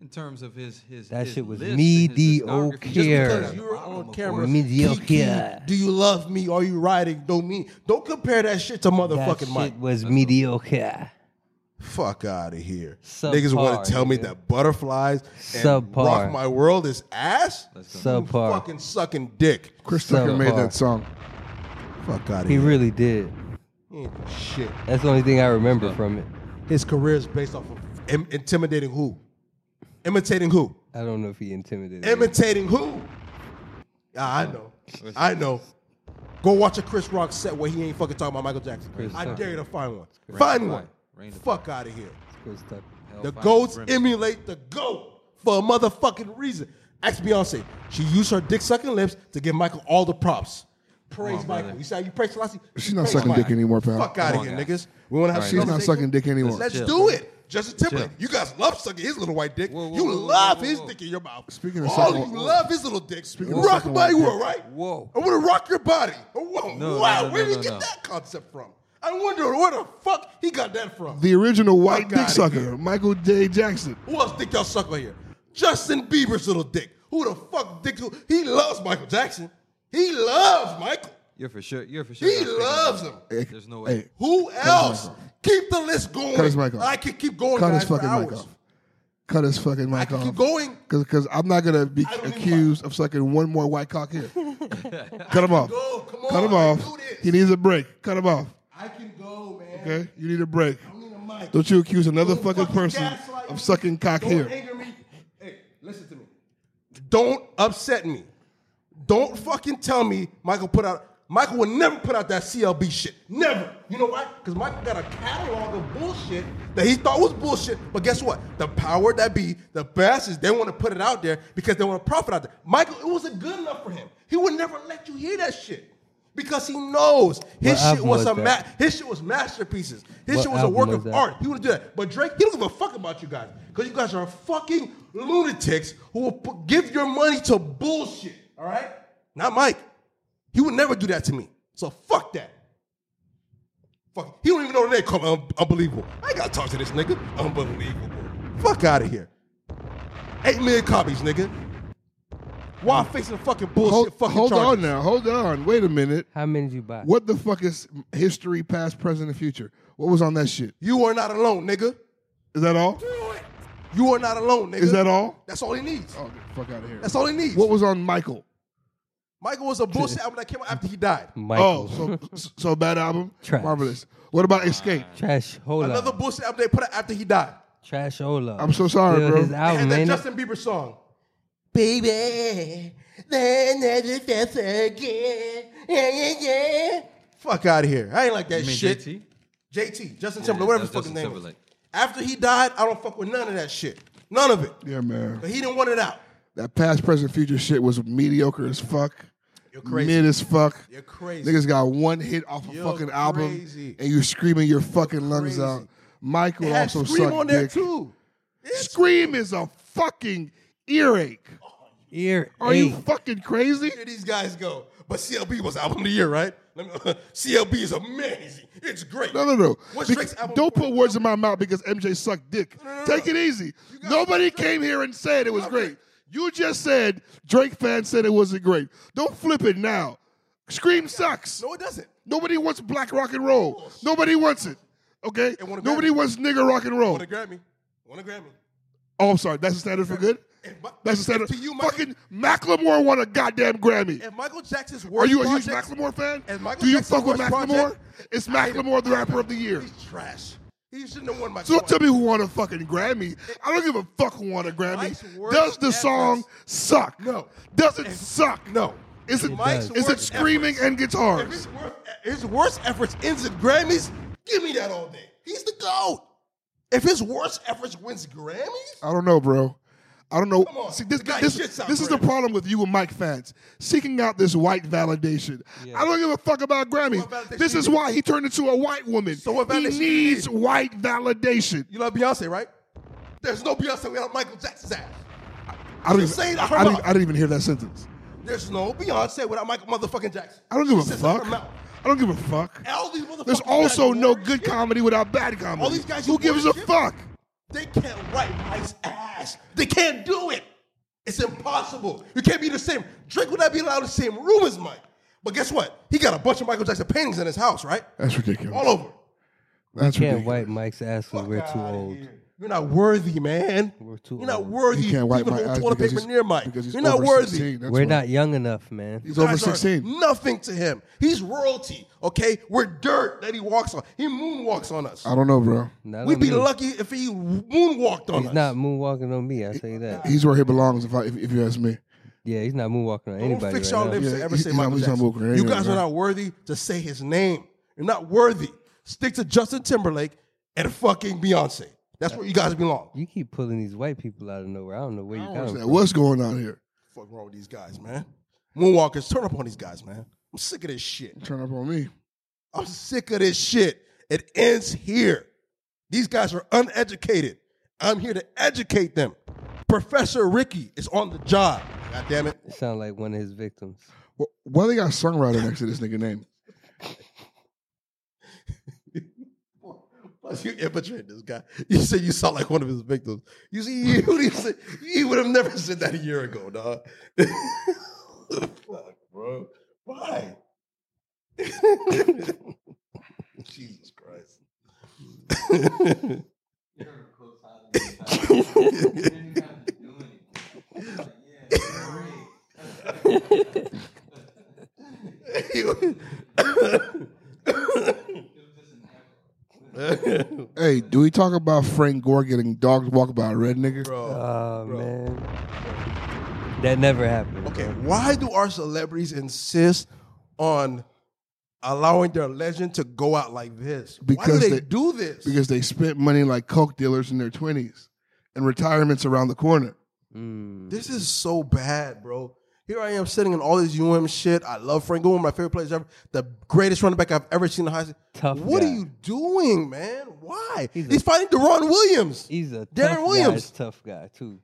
D: In terms of his his
A: That
D: his
A: shit was
D: list and his
A: mediocre.
D: discography,
A: Just
D: just
A: because
D: because
C: you were on camera.
A: Or mediocre.
C: Kiki, do you love me? Are you riding? Don't mean. Don't compare that shit to
A: That shit
C: motherfucking Mike.
A: was mediocre.
C: Fuck out of here.
A: Subpar,
C: Niggas want to tell me
A: nigga.
C: that butterflies and
A: Subpar.
C: rock my world is ass. You
A: Subpar.
C: Fucking sucking dick.
B: Chris
A: So
B: Tucker made
A: hard.
B: that song.
C: Fuck out of
A: He
C: here.
A: really did.
C: Mm, shit.
A: That's the only thing I remember from it.
C: His career is based off of im- intimidating who, imitating who,
A: I don't know if he intimidated. me.
C: imitating who. Yeah, I know. I know. Go watch a Chris Rock set where he ain't fucking talking about Michael Jackson. I
A: Tucker.
C: dare you to find one. Find
D: fire.
C: one.
D: Rain to
C: Fuck out of here.
A: Chris Tucker.
D: Hell,
C: The
D: fire,
C: goats
D: brim.
C: emulate the goat for a motherfucking reason. Ask Beyonce. She used her dick sucking lips to give Michael all the props. Praise Michael. You see how you praise Selassie?
B: She's not
C: Praise
B: sucking
C: Michael.
B: dick anymore, pal.
C: Fuck out of
D: on,
C: here,
D: guys.
C: niggas. We want to have
D: All right,
C: a
B: She's not
C: conversation?
B: sucking dick anymore.
C: Let's
D: Chill.
C: do it. Justin Timberlake. You guys love sucking his little white dick.
D: Whoa, whoa,
C: you
D: whoa, whoa,
C: love
D: whoa,
C: his
D: whoa.
C: dick in your mouth.
B: Speaking of
C: oh,
B: sucking-
C: you love his little dick.
B: Speaking of
C: rock
B: sucking
C: my
B: white dick.
C: world, right?
D: Whoa.
C: I want to rock your body. Oh, whoa.
D: No,
C: wow.
D: no, no,
C: Where did
D: no,
C: he get
D: no.
C: that concept from? I wonder where the fuck he got that from.
B: The original white
C: Fuck
B: dick
C: outta
B: sucker,
C: here.
B: Michael J. Jackson.
C: Who else think y'all suck on here? Justin Bieber's little dick. Who the fuck dick? Who? He loves Michael Jackson. He loves Michael.
D: You're for sure. You're for sure.
C: He
D: not thinking
C: loves
D: about
C: him.
D: it. There's no way.
B: Hey,
C: Who else? Keep the list going.
B: Cut his mic off.
C: I can keep going.
B: cut
C: guys,
B: his fucking
C: for
B: mic
C: hours.
B: off. Cut his fucking mic
C: I can
B: off.
C: keep going.
B: Because I'm not going to be
C: I don't even
B: accused of sucking one more white cock here. Cut him off.
C: go. Come
B: Cut
C: on,
B: him
C: I
B: off.
C: do this.
B: He needs a break. Cut him off.
C: I can go, man.
B: Okay? You need a break.
C: I need a mic.
B: Don't you accuse another
C: Don't
B: fucking person
C: gaslight me.
B: of sucking cock
C: Don't
B: here.
C: anger me. Hey, listen to me. Don't upset me. Don't fucking tell me Michael put out. Michael will never put out that CLB shit. Never. You know why? Because Michael got a catalog of bullshit that he thought was bullshit. But guess what? The power that be, the bastards, they want to put it out there because they want to profit out there. Michael, it wasn't good enough for him. He would never let you hear that shit. Because he knows his
A: What
C: shit
A: album
C: was,
A: was
C: a
A: that?
C: ma- his shit was masterpieces. His
A: What
C: shit was a
A: album
C: work
A: was
C: of
A: that?
C: art. He want to do that. But Drake, he don't give a fuck about you guys. Because you guys are fucking lunatics who will p- give your money to bullshit. All right? Not Mike. He would never do that to me. So fuck that. Fuck. it. He don't even know the name. Come un- unbelievable. I ain't got to talk to this nigga. Unbelievable. Fuck out of here. Eight million copies, nigga. Why facing fucking bullshit
B: Hold,
C: fucking
B: hold
C: charges?
B: on now. Hold on. Wait a minute.
A: How many did you buy?
B: What the fuck is history, past, present, and future? What was on that shit?
C: You are not alone, nigga.
B: Is that all?
C: You are not alone, nigga.
B: Is that all?
C: That's all he needs.
B: Oh, get the fuck out of here.
C: That's all he needs.
B: What was on Michael?
C: Michael was a bullshit album that came out after he died.
A: Michael.
B: Oh, so so bad album.
A: Trash.
B: Marvelous. What about Escape?
A: Trash Ola.
C: Another bullshit album they put out after he died.
A: Trash Ola.
B: I'm so sorry,
A: Still
B: bro.
A: His album,
C: and that
A: ain't it?
C: Justin Bieber song. Baby, then never felt again. Yeah, yeah, yeah. Fuck out of here. I ain't like that
D: You mean
C: shit.
D: JT?
C: JT, Justin Timberlake, whatever his
D: that's
C: fucking
D: Justin
C: name was.
D: Timberlake.
C: After he died, I don't fuck with none of that shit. None of it.
B: Yeah, man.
C: But he didn't want it out.
B: That past, present, future shit was mediocre as fuck.
C: You're crazy.
B: Mid as fuck.
C: You're crazy.
B: Niggas got one hit off a
C: You're
B: fucking album,
C: crazy.
B: and you're screaming your fucking lungs
C: crazy.
B: out. Michael
C: It had
B: also
C: Scream
B: sucked
C: on there
B: dick.
C: too.
B: Scream is a fucking earache.
A: Ear
B: Are you
A: eight.
B: fucking crazy?
C: Here these guys go. But CLB was album of the year, right? Let me- CLB is amazing. It's great.
B: No, no, no.
C: What's
B: Bec-
C: Drake's album
B: don't
C: before
B: put
C: that?
B: words in my mouth because MJ sucked dick.
C: No, no, no,
B: Take
C: no.
B: it easy.
C: got-
B: Nobody came here and said it was
C: No,
B: great.
C: Drake.
B: You just said Drake fans said it wasn't great. Don't flip it now. Scream sucks.
C: No, it doesn't.
B: Nobody wants black rock and roll. Nobody wants it. Okay?
C: And wanna
B: Nobody
C: grab it.
B: wants nigger rock and roll.
C: Want to Grammy? Want to Grammy?
B: Oh, I'm sorry. That's the standard for good?
C: If Mi-
B: That's the standard.
C: To you, Michael,
B: Fucking Macklemore won a goddamn Grammy.
C: if Michael Jackson's worst
B: Are you a huge
C: project-
B: Macklemore fan?
C: and Michael
B: Do you
C: Jackson's
B: fuck with
C: worst
B: Macklemore?
C: project-
B: It's Macklemore the rapper of the year.
C: He's trash. He shouldn't have won my.
B: So don't tell me who won a fucking Grammy. I don't give a fuck who won a Grammy.
C: Mike's worst
B: Does the
C: efforts.
B: song suck?
C: No.
B: Does it suck?
C: No.
B: Is it,
C: Mike's
B: is it
C: worst
B: screaming
C: efforts.
B: and
C: If
B: guitars?
C: his, worst, his worst efforts ends in Grammys, give me that all day. He's the GOAT. If his worst efforts wins Grammys,
B: I don't know, bro. I don't know.
C: Come on.
B: See, this,
C: The guy
B: this,
C: shits out
B: this is the
C: Grammys.
B: problem with you and Mike fans seeking out this white validation. I don't give a fuck about Grammys.
C: What validation
B: This
C: you
B: is
C: need?
B: why he turned into a white woman.
C: So what
B: he
C: validation you
B: needs
C: need?
B: white validation.
C: you love Beyonce, right? There's no Beyonce without Michael Jackson's ass.
B: I don't,
C: Just
B: even,
C: say it out her
B: I, don't,
C: mouth.
B: I don't even hear that sentence.
C: There's no Beyonce without Michael motherfucking Jackson.
B: I don't give
C: She
B: a
C: says it out
B: fuck.
C: her mouth.
B: I don't give a fuck.
C: All these motherfuckers.
B: There's also
C: that
B: no
C: Warriors
B: good
C: shit,
B: comedy without bad comedy.
C: All these guys
B: Who
C: who
B: gives a
C: want shit?
B: fuck?
C: They can't write Mike's ass. They can't do it. It's impossible. You can't be in the same. Drake would not be allowed in the same room as Mike. But guess what? He got a bunch of Michael Jackson paintings in his house, right?
B: That's ridiculous.
C: All over.
B: That's
A: Can't
B: ridiculous.
A: wipe Mike's ass when we're too
C: outta
A: old.
C: here. You're not worthy, man.
A: We're too
C: You're not
A: old.
C: worthy.
B: You can't wipe
C: even
B: my
C: hold
B: ass
C: toilet
B: because
C: paper
B: he's-
C: near Mike.
B: because he's
C: You're not
B: over
C: worthy.
B: 16, that's
A: We're
B: why.
A: not young enough, man.
B: He's over
C: Guys are
B: 16.
C: Nothing to him. He's royalty. Okay, we're dirt that he walks on. He moonwalks on us.
B: I don't know, bro.
A: Not
C: We'd
A: on
C: be
A: me.
C: lucky if he moonwalked on
A: He's
C: us.
A: not moonwalking on me. I tell you that.
B: He's where he belongs. If, I, if, if you ask me,
A: Yeah, he's not moonwalking on
C: Don't
A: anybody.
C: fix
A: right
C: y'all
A: now.
C: lips
B: Yeah,
C: to ever
B: he-
C: say
B: he's not-
C: Michael
B: he's not
C: Jackson.
B: woke right
C: you
B: now,
C: guys
B: bro.
C: are not worthy to say his name. You're not worthy. Stick to Justin Timberlake and fucking Beyonce. That's where you guys belong.
A: You keep pulling these white people out of nowhere. I don't know where you got them. from.
B: what's going on here?
C: Fuck wrong with these guys, man. Moonwalkers, turn up on these guys, man. I'm sick of this shit.
B: Turn up on me.
C: I'm sick of this shit. It ends here. These guys are uneducated. I'm here to educate them. Professor Ricky is on the job. God damn it.
A: You sound like one of his victims.
B: Wh- Why they got songwriter next to this nigga name?
C: Plus, you infiltrated this guy. You said you sound like one of his victims. You see, you, you, said, you would have never said that a year ago, dog. Fuck, bro. Why? Jesus Christ.
B: Hey, do we talk about Frank Gore getting dogs walked by a red nigga?
C: Bro.
A: Oh man, that never happened.
C: Okay, why do our celebrities insist on allowing their legend to go out like this? why
B: Because
C: do they,
B: they-
C: do this?
B: Because they spent money like coke dealers in their twenties, and retirement's around the corner.
C: This is so bad, bro. Here I am sitting in all this UM shit. I love Frank Gore, one of my favorite players ever, the greatest running back I've ever seen in high school.
A: Tough
C: What
A: guy.
C: are you doing, man? Why? He's,
A: He's a-
C: fighting Deron Williams.
A: He's a
C: Darren
A: tough guy.
C: Williams.
A: Tough guy too.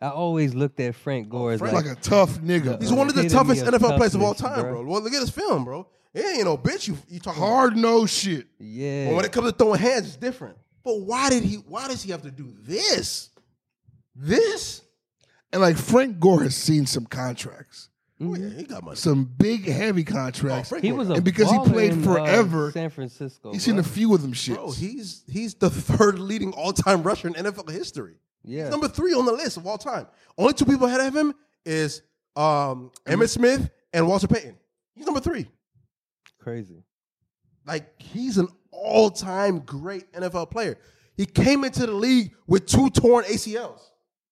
A: I always looked at Frank Gore as
C: Oh, Frank-
B: Like
A: like,
B: a tough nigga.
C: He's
A: Uh,
B: bro.
C: one of the
A: epitome
C: toughest
A: of
C: NFL players of all
A: toughness,
C: time, bro.
A: bro.
C: Well, look at his film, bro. It ain't no bitch you you talking about.
B: hard nosed shit.
A: yeah.
C: But when it comes to throwing hands, it's different. But why did he? Why does he have to do this? This?
B: And like Frank Gore has seen some contracts,
C: Oh, yeah, he got money.
B: some big heavy contracts.
C: Oh, Frank
A: he
C: Gore
A: was a
C: got-
B: And because he
A: baller
B: played
A: in, uh,
B: forever,
A: San Francisco.
B: He's seen
A: bro.
B: a few of them shits.
C: Bro, he's he's the third leading all time rusher in NFL history.
A: Yeah.
C: He's number three on the list of all time. Only two people ahead of him is um, Emmett Smith and Walter Payton. He's number three.
A: Crazy.
C: Like he's an all-time great NFL player. He came into the league with two torn ACLs.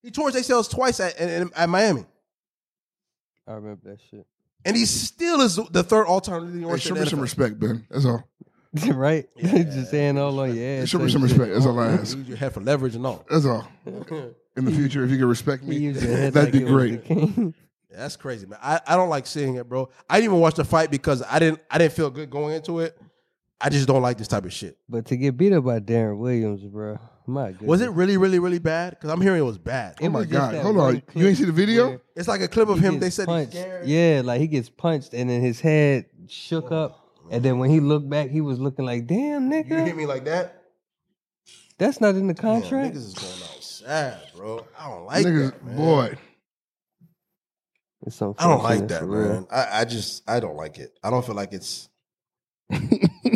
C: He tore his ACLs twice at, at, at Miami,
A: I remember that shit.
C: and he still is the third all-time leading
B: Hey,
C: rusher.
B: show me
C: in the
B: some
C: NFL.
B: respect, Ben. That's all.
A: right? Just saying all on your ass.
B: Show me
A: type
B: some
A: shit.
B: respect. That's all I ask.
C: You use your head for leverage and all.
B: That's all. In the future, if you could respect
A: He
B: me,
A: used your head
B: that'd
A: like
B: be
A: it was
B: great.
A: the king.
C: That's crazy, man. I, I don't like seeing it, bro. I didn't even watch the fight because I didn't I didn't feel good going into it. I just don't like this type of shit.
A: But to get beat up by Darren Williams, bro, my goodness.
C: Was it really, really, really bad? Because I'm hearing it was bad.
A: It
B: Oh my
A: was just
B: God.
A: that
B: Hold
A: one
B: on. You
A: clip
B: ain't see the video?
A: where
C: It's like a clip of
A: he
C: him. They
A: gets
C: said he
A: punched.
C: scared.
A: yeah, like he gets punched, and then his head shook up. And then when he looked back, he was looking like, "Damn,
C: You hit
A: nigga,
C: me like that?
A: that's not in the
C: Man,
A: contract."
C: niggas is going out sad, bro. I don't like
B: Niggas,
C: that, man.
B: boy.
A: It's
C: I don't like
A: unfortunate,
C: that,
A: for real.
C: man. I, I just I don't like it. I don't feel like it's. I
B: You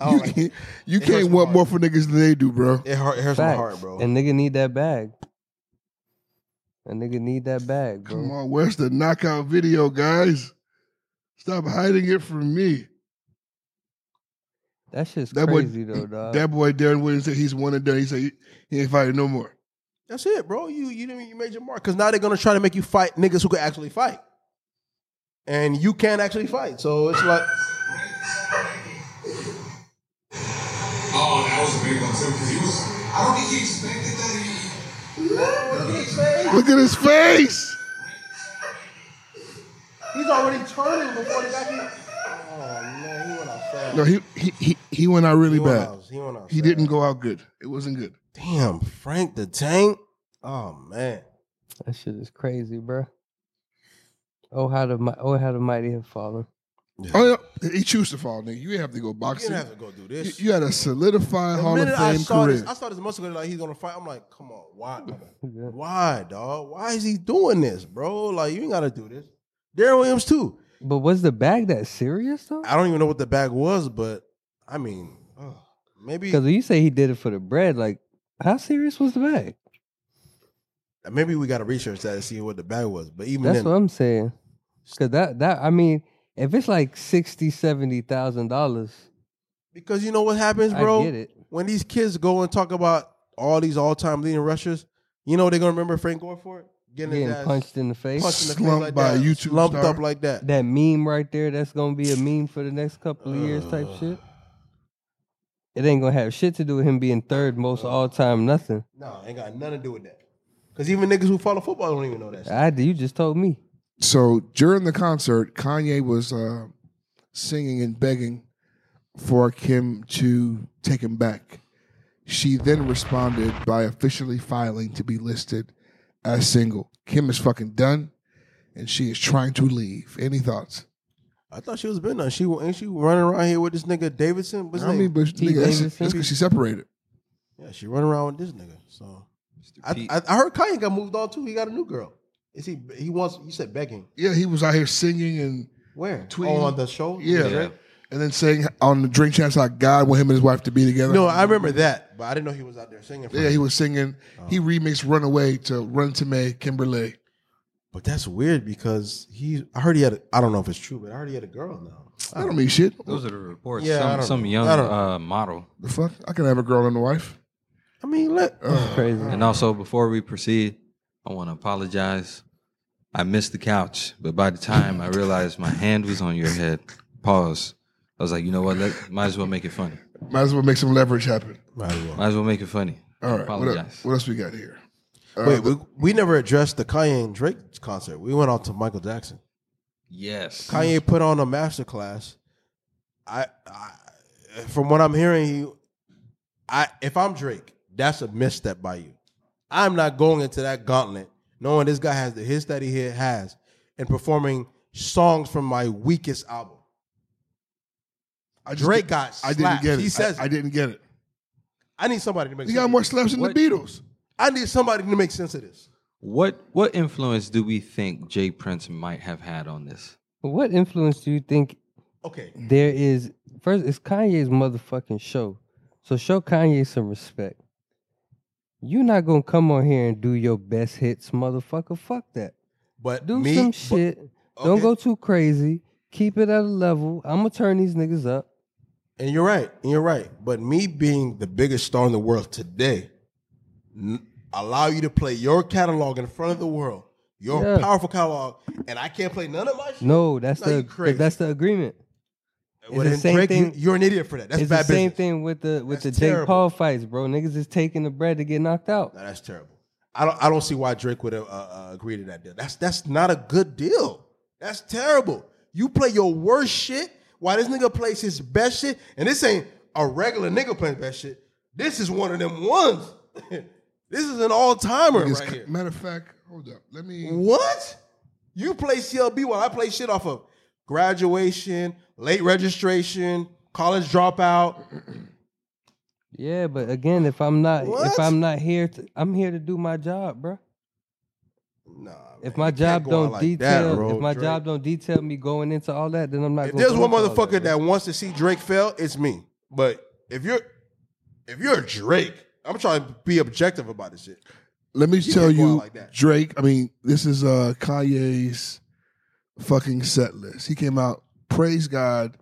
C: don't like
B: can't, you
C: It hurts
B: can't
C: my
B: want
C: heart.
B: more for niggas than they do, bro.
C: It, hurt, it hurts my
A: Facts.
C: heart, bro.
A: And nigga need that bag. A nigga need that bag, bro.
B: Come on, where's the knockout video, guys? Stop hiding it from me.
A: That shit's
B: That boy-
A: crazy though,
C: Uh,
A: dog.
B: That boy Darren Williams said he's one and done. He said he, he ain't fighting no more.
C: That's it, bro. You you didn't- you made your mark because now they're gonna try to make you fight niggas who can actually fight, and you can't actually fight. So it's like
H: Oh, that was a big one too, because he was. I don't think he expected that. He,
B: Look at his face.
C: he's already turning before they got here. Oh man, he went outside.
B: No, he he he, he went out really
C: he went
B: bad.
C: out. He went outside.
B: He didn't go out good. It wasn't good.
C: Damn, Frank the Tank. Oh man,
A: That shit is crazy, bro. Oh how the mi- oh how the mighty have fallen.
B: Oh, yeah. he choose to fall, nigga. You ain't have to go
C: you didn't
B: boxing.
C: have to go do
B: You,
C: this.
B: you had a solidified
C: the
B: Hall of
C: minute I
B: Fame
C: saw
B: career.
C: this, I saw this months ago. Like he's gonna fight. I'm like, come on, why?
A: Yeah.
C: Why, dog? Why is he doing this, bro? Like you ain't gotta do this. Darren Williams too.
A: But was the bag that serious though?
C: I don't even know what the bag was, but I mean, ugh, maybe
A: Because you say he did it for the bread, like how serious was the bag?
C: maybe we got to research that to see what the bag was. But even
A: That's
C: then,
A: what I'm saying. Cause that that I mean, if it's like sixty, seventy thousand dollars,
C: because you know what happens,
A: I
C: bro?
A: get it.
C: When these kids go and talk about all these all-time leading rushers, you know they're gonna remember Frank going for it, getting, his
A: Getting
C: ass
A: punched in the face.
C: punched in the
B: Slumped
C: face like
B: by a
C: that,
B: YouTube
C: lumped
B: star.
C: up like that.
A: that meme right there, that's gonna be a meme for the next couple of years type shit. It ain't gonna have shit to do with him being third most all time nothing.
C: No, ain't got nothing to do with that. Because even niggas who follow football don't even know that. Shit.
A: I you just told me.
B: so during the concert, Kanye was uh, singing and begging for Kim to take him back. She then responded by officially filing to be listed as single. Kim is fucking done, and she is trying to leave. Any thoughts?
C: I thought she was been on. She ain't she running around here with this nigga Davidson. What's his
B: I
C: name?
B: mean, but
A: Pete
B: nigga, that's
A: Davidson?
B: because she separated.
C: yeah, she running around with this nigga. So
D: Mr.
C: I,
D: Pete.
C: I, I heard Kanye got moved on too. He got a new girl. Is he? He wants. You said begging.
B: Yeah, he was out here singing and
C: Where?
B: Tweeting.
C: Oh, on the show.
B: yeah,
D: Yeah.
B: and then saying on the drink champs how God want him and his wife to be together.
C: No, I remember that, but I didn't know he was out there singing. For
B: yeah,
C: her.
B: he was singing. He remixed "Runaway" to "Run to May" Kimberly.
C: But that's weird because he. I heard he had. A, I don't know if it's true, but I heard he had a girl now.
B: I don't mean shit.
D: Those are the reports.
C: Yeah, I
D: some
C: don't
D: some
C: know.
D: young
C: I don't
D: uh, model.
B: The fuck? I can have a girl and a wife.
C: I mean, let. uh,
A: Crazy.
D: And also, before we proceed, I want to apologize. I missed the couch, but by the time I realized my hand was on your head, pause. I was like, you know what? Let, might as well make it funny.
B: Might as well make some leverage happen.
C: Might as well.
D: Might as well make it funny.
B: All right. What, el-
D: apologize.
B: what else we got here? Uh,
C: Wait, we, we never addressed the Kanye and Drake concert. We went on to Michael Jackson.
D: Yes.
C: Kanye put on a master class. I, I from what I'm hearing, he, I if I'm Drake, that's a misstep by you. I'm not going into that gauntlet knowing this guy has the hits that he hit- has and performing songs from my weakest album.
B: I just
C: Drake
B: did-
C: got
B: I
C: slapped.
B: didn't get it.
C: He says
B: I, I didn't get it.
C: I need somebody to make
B: He
C: sense.
B: got
C: of
B: more
C: this.
B: slaps than the
D: What?
B: Beatles.
C: I need somebody to make sense of this.
D: What what influence do we think Jay Prince might have had on this?
A: What influence do you think
C: Okay.
A: there is first it's Kanye's motherfucking show. So show Kanye some respect. You're not gonna come on here and do your best hits, motherfucker. Fuck that.
C: But
A: Do
C: me
A: some
C: but-
A: shit Don't
C: Okay.
A: go too crazy. Keep it at a level. I'm gonna turn these niggas up.
C: And you're right. And you're right. But me being the biggest star in the world today, n- allow you to play your catalog in front of the world, your
A: Yeah.
C: powerful catalog, and I can't play none of my shit.
A: No, that's
C: No, you
A: the
C: crazy.
A: that's the agreement.
C: Well,
A: the
C: then,
A: same
C: Drake,
A: thing-
C: you- you're an idiot for that. That's
A: it's
C: bad
A: the same
C: business.
A: thing with the with
C: That's
A: the Jake
C: terrible.
A: Paul fights, bro. Niggas is taking the bread to get knocked out.
C: No, that's terrible. I don't. I don't see why Drake would uh, uh, agree to that deal. That's that's not a good deal. That's terrible. You play your worst shit while this nigga plays his best shit, and this ain't a regular nigga playing best shit. This is one of them ones. this is an all timer
B: It's-
C: right here.
B: Matter of fact, hold up. Let me.
C: What? You play CLB while I play shit off of graduation, late registration, college dropout.
A: Yeah, but again, if I'm not
C: What?
A: if I'm not here, to, I'm here to do my job, bro.
C: Nah. man,
A: If my
C: you can't
A: job
C: go
A: don't
C: out like that,
A: detail,
C: bro,
A: if my
C: Drake.
A: job don't detail me going into all that, then I'm not.
C: If
A: gonna
C: there's
A: go
C: one
A: into all
C: motherfucker that,
A: bro.
C: wants to see Drake fail, it's me. But if you're if you're Drake, I'm trying to be objective about this shit.
B: Let me
C: You
B: tell
C: can't go out
B: you,
C: like that.
B: Drake. I mean, this is uh, Kanye's fucking set list. He came out, praise God,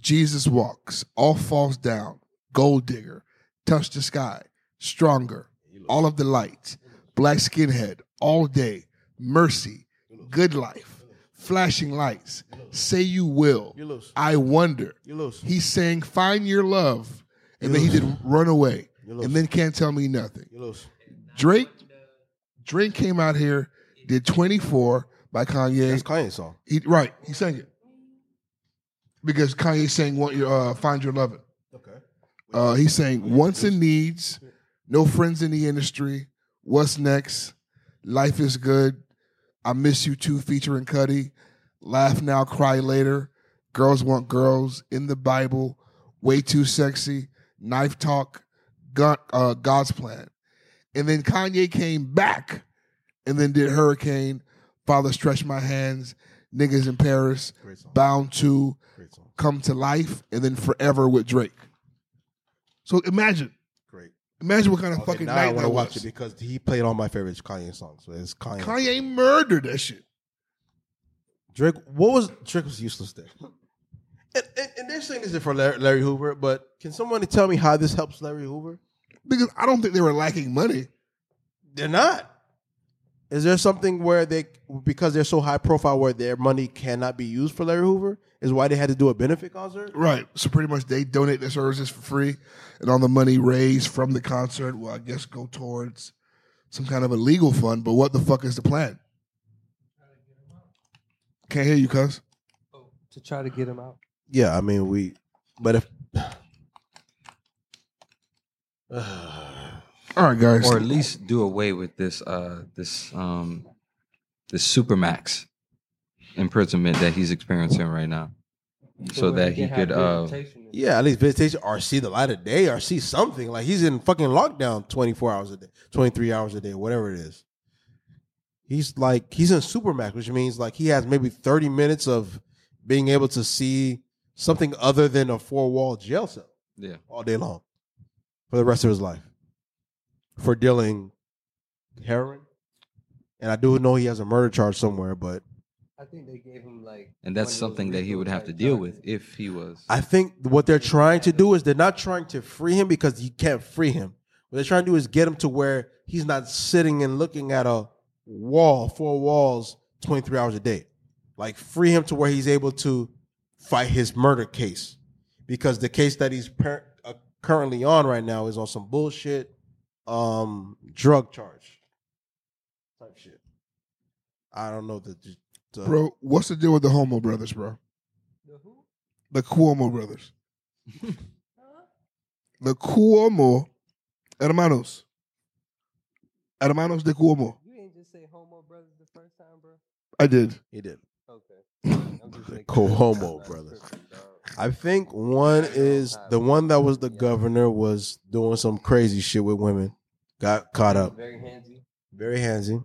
B: Jesus walks, all falls down, gold digger, touch the sky, stronger, all of the lights, black skinhead, all day, mercy, good life, flashing lights, say you will,
C: You lose.
B: I wonder.
C: You lose.
B: He sang "Find Your Love," and then he did "Run Away," and then "Can't Tell Me Nothing."
C: You lose.
B: Drake, Drake came out here, did 24 by
C: That's
B: Kanye.
C: Kanye's song.
B: He, right, he sang it because Kanye sang "Want Your uh, Find Your Lovin'."
C: Okay.
B: Uh, he sang "Wants and Needs," "No Friends in the Industry," "What's Next," "Life Is Good," "I Miss You Too" featuring Cuddy, "Laugh Now, Cry Later," "Girls Want Girls," "In the Bible," "Way Too Sexy," "Knife Talk," God, uh, "God's Plan," and then Kanye came back and then did "Hurricane," "Father Stretch My Hands," "Niggas in Paris,"
C: Great song.
B: "Bound to,"
C: Great song.
B: come to life and then forever with Drake. So imagine,
C: Great.
B: imagine what kind of
C: Okay,
B: fucking
C: now I
B: night
C: want
B: that
C: to watch
B: was.
C: it because he played all my favorite Kanye songs. So it's Kanye.
B: Kanye murdered that shit.
C: Drake, what was Drake was useless there. And, and, and they're saying this is for Larry, Larry Hoover, but can someone tell me how this helps Larry Hoover?
B: Because I don't think they were lacking money.
C: They're not. Is there something where they, because they're so high profile, where their money cannot be used for Larry Hoover? Is why they had to do a benefit concert?
B: Right. So pretty much they donate their services for free, and all the money raised from the concert will, I guess, go towards some kind of a legal fund. But what the fuck is the plan? Can't hear you, cuz.
A: to try to get him out.
C: Yeah, I mean we, but if
B: All right, guys.
D: or at least do away with this uh this um this supermax imprisonment that he's experiencing right now so that he could uh
C: yeah, at least visitation or see the light of day or see something like he's in fucking lockdown twenty four hours a day, twenty three hours a day, whatever it is. He's like he's in supermax, which means like he has maybe thirty minutes of being able to see something other than a four wall jail cell.
D: yeah
C: all day long for the rest of his life for dealing heroin. And I do know he has a murder charge somewhere, but
A: I think they gave him like,
D: and that's something that he would have to deal with if he was
C: I think what they're trying to do is they're not trying to free him because you can't free him. What they're trying to do is get him to where he's not sitting and looking at a wall, four walls, 23 hours a day. Like free him to where he's able to fight his murder case because the case that he's per- uh, currently on right now is on some bullshit um drug charge type shit. I don't know the, the
B: bro, what's the deal with the homo brothers, bro? The Cuomo brothers. the Cuomo hermanos. Hermanos de Cuomo.
A: You ain't just say homo brothers the first time, bro.
B: I did.
C: he did.
A: Okay.
C: Cuomo brothers. I think one is the one that was the governor was doing some crazy shit with women. Got caught up.
A: Very handsy.
C: Very handsy.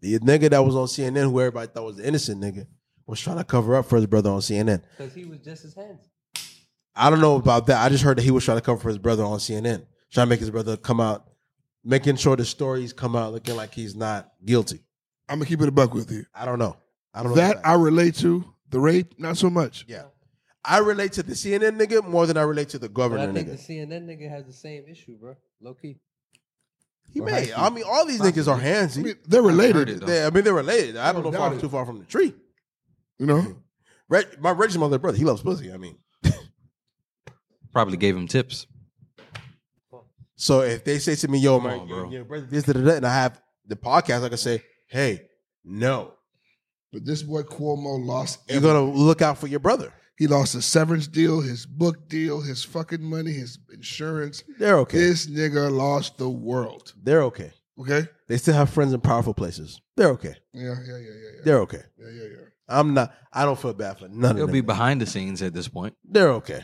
C: The nigga that was on CNN, who everybody thought was the innocent nigga, was trying to cover up for his brother on CNN.
A: Because he was just as handsy.
C: I don't know about that. I just heard that he was trying to cover for his brother on CNN, trying to make his brother come out, making sure the stories come out looking like he's not guilty.
B: I'm gonna keep it a buck with you.
C: I don't know. I don't know
B: That
C: the
B: I
C: fact.
B: relate to. The rape, not so much.
C: yeah. I relate to the CNN nigga more than I relate to the
A: But
C: governor
A: I think
C: nigga.
A: the CNN nigga has the same issue, bro. Low key.
C: He may. I mean, all these niggas are handsy.
B: I mean, they're
D: heard
B: related.
D: it.
C: They- I mean, they're related. I don't know if
B: doubt
C: I'm
B: it.
C: too far from the tree.
B: You know,
C: Reg, my Reggie's mother brother, he loves pussy. I mean,
D: Probably gave him tips.
C: so if they say to me, "Yo, my
D: on, bro.
C: your, your brother this, da, da, da, and I have the podcast, I can say, "Hey, no,
B: but this boy Cuomo lost.
C: you're gonna look out for your brother."
B: He lost his severance deal, his book deal, his fucking money, his insurance.
C: They're okay.
B: This nigga lost the world.
C: They're okay.
B: Okay.
C: They still have friends in powerful places. They're okay.
B: Yeah, yeah, yeah, yeah, yeah,
C: They're okay.
B: yeah, yeah, yeah.
C: I'm not. I don't feel bad for none
D: He'll
C: of
D: be
C: them.
D: behind the scenes at this point.
C: They're okay.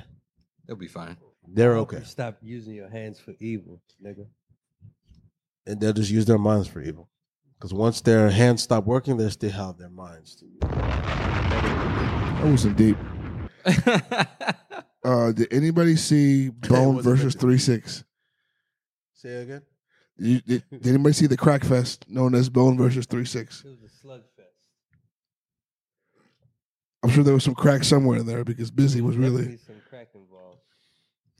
D: They'll be fine.
C: They're
A: Hope
C: okay.
A: you Stop using your hands for evil, nigga.
C: And they'll just use their minds for evil. Because once their hands stop working, they still have their minds. to use.
B: That wasn't deep. Uh, did anybody see Bone
C: wasn't
B: versus
C: good.
B: Three Six?
C: Say it again.
B: You, did, did anybody see the crack fest known as Bone versus Three Six?
A: It was a slugfest.
B: I'm sure there was some crack somewhere in there because Busy was really
A: Definitely some crack involved.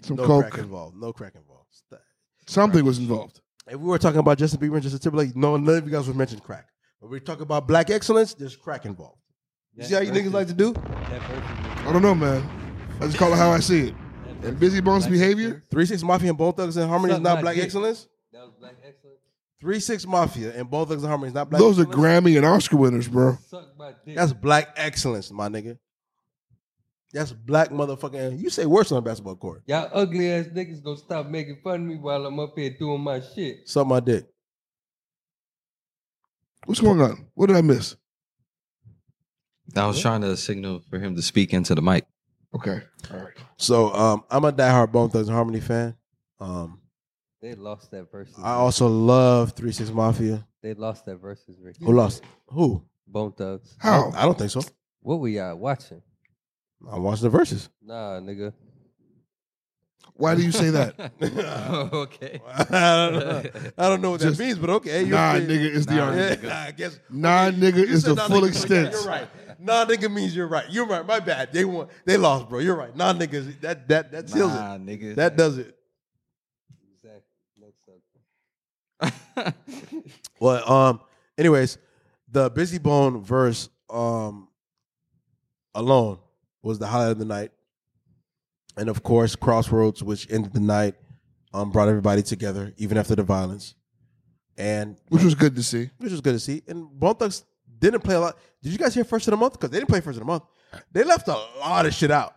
B: some
C: no
B: coke,
C: crack involved. No crack involved. St-
B: something was involved.
C: If we were talking about Justin Bieber and Justin Timberlake, no, none of you guys would mention crack. But we talk about black excellence. There's crack involved. You
A: That
C: see how you niggas
A: versus-
C: like to do?
A: that versus-
B: I don't know, man. I just call it how I see it.
A: that
B: And
A: versus
B: Busy Bones'
A: black
B: behavior,
C: Three Six Mafia and Bone Thugs and Harmony is
A: Suck
C: not
A: my
C: black
A: dick.
C: excellence.
A: That was black excellence.
C: Three Six Mafia and Bone Thugs and Harmony is not black.
B: those are
C: excellence.
B: Grammy and Oscar winners, bro.
A: Suck my dick.
C: That's black excellence, my nigga. That's black motherfucking. You say worse on a basketball court.
A: Y'all ugly ass niggas gonna stop making fun of me while I'm up here doing my shit.
C: Suck my dick.
B: What's going on? What did I miss?
D: I was trying to signal for him to speak into the mic.
B: Okay, all right.
C: So um, I'm a diehard Bone Thugs and Harmony fan. Um,
A: They lost that versus.
C: I also love Three Six Mafia.
A: They lost that versus Ricky.
C: Who lost? Who?
A: Bone Thugs.
B: How?
C: I don't think so.
A: What were y'all watching?
C: I watched the verses.
A: Nah, nigga.
B: Why do you say that?
D: okay.
C: I don't know. I don't know what
B: Just-
C: that means, but okay. you're
B: nah,
C: free.
B: nigga is the
D: Nah,
B: argument.
D: nigga.
C: Yeah, I guess.
B: Nah, nigga is
C: said
B: the
C: nah,
B: full
C: nigga.
B: extent.
C: You're right. Nah, nigga means you're right. You're right. My bad. They won. They lost, bro. You're right. Nah, niggas. That that that seals
D: Nah,
C: it.
D: nigga.
C: That does it.
A: Exactly. Next up.
C: Well, um, anyways, the Busy Bone verse um alone was the highlight of the night. And of course, Crossroads, which ended the night, um, brought everybody together, even after the violence. And
B: Which was good to see.
C: which was good to see. And Bone Thugs didn't play a lot. Did you guys hear first of the month? Because they didn't play first of the month. They left a lot of shit out.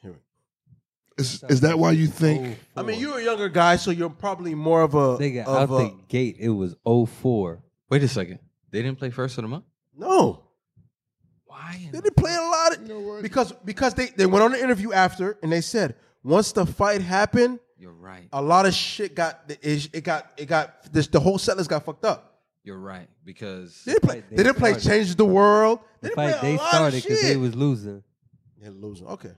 C: Here we-
B: Is is that why you think?
A: Oh,
C: I mean, you're a younger guy, so you're probably more of a
A: Nigga, out
C: of uh, a-
A: the gate, it was 04.
D: Wait a second. They didn't play first of the month.
C: no.
D: Why? in
C: They didn't play a lot of
B: You know what?
C: because because they they went on an interview after and they said once the fight happened,
D: You're right.
C: a lot of shit got it, it got it got this the whole set list got fucked up.
D: You're right because
C: They didn't play.
A: Fight they
C: They didn't play.
A: started.
C: Change the world. They
A: The
C: didn't
A: fight
C: play a
A: they
C: lot
A: started
C: of
A: because
C: shit.
A: they was losing.
C: They're losing. Okay,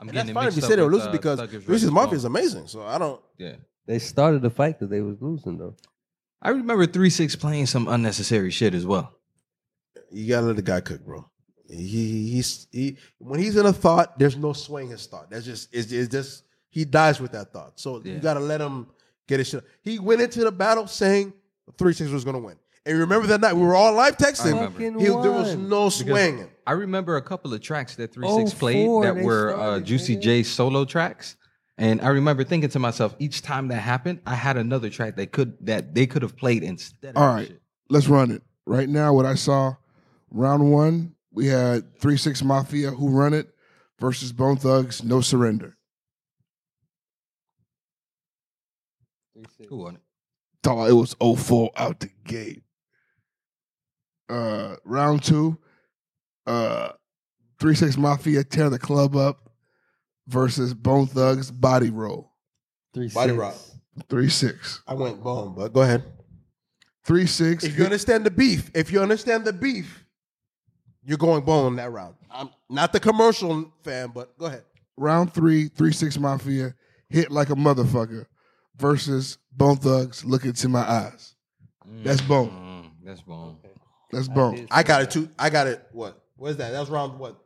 D: I'm
C: and
D: getting
C: that's
D: it
C: fine if
D: mixed
C: you
D: up
C: say they were
D: with,
C: losing
D: uh,
C: because
D: Thuggish
C: Reese's
D: versus
C: Mafia is
D: Bone.
C: amazing. So I don't.
D: Yeah.
A: They started the fight because they was losing though.
D: I remember three six playing some unnecessary shit as well.
C: You gotta let the guy cook, bro. He he's he when he's in a thought, there's no swaying his thought. That's just it's, it's just he dies with that thought. So
D: Yeah.
C: you gotta let him get his shit. He went into the battle saying three six was gonna win. And remember that night we were all live texting.
D: remember.
A: Fucking
C: He, there was
A: won.
C: no swinging.
D: I remember a couple of tracks that three
A: Oh,
D: six played
A: four,
D: that
A: they
D: were uh,
A: started,
D: Juicy
A: nigga.
D: J solo tracks, and I remember thinking to myself, each time that happened, I had another track that could that they could have played instead. of
B: All
D: that
B: right,
D: shit.
B: let's run it. Right now, what I saw, round one, we had Three Six Mafia, Who Run It, versus Bone Thugs, No Surrender.
D: Who won it?
B: Thought it was 04 out the gate. Uh, round two, uh, Three Six Mafia, Tear the Club Up, versus Bone Thugs, Body Roll.
A: Three
C: Body
A: six.
C: rock.
B: Three Six,
C: I went bone, but go ahead.
B: Three Six.
C: If you understand the beef, if you understand the beef, you're going bone on that round. I'm not the commercial fan, but go ahead.
B: round three, three six mafia, hit like a motherfucker versus Bone Thugs. Look into my eyes. That's Bone.
D: Mm, that's bone.
B: That's bump.
C: I got it two. I got it. What? Where's that? That was round what?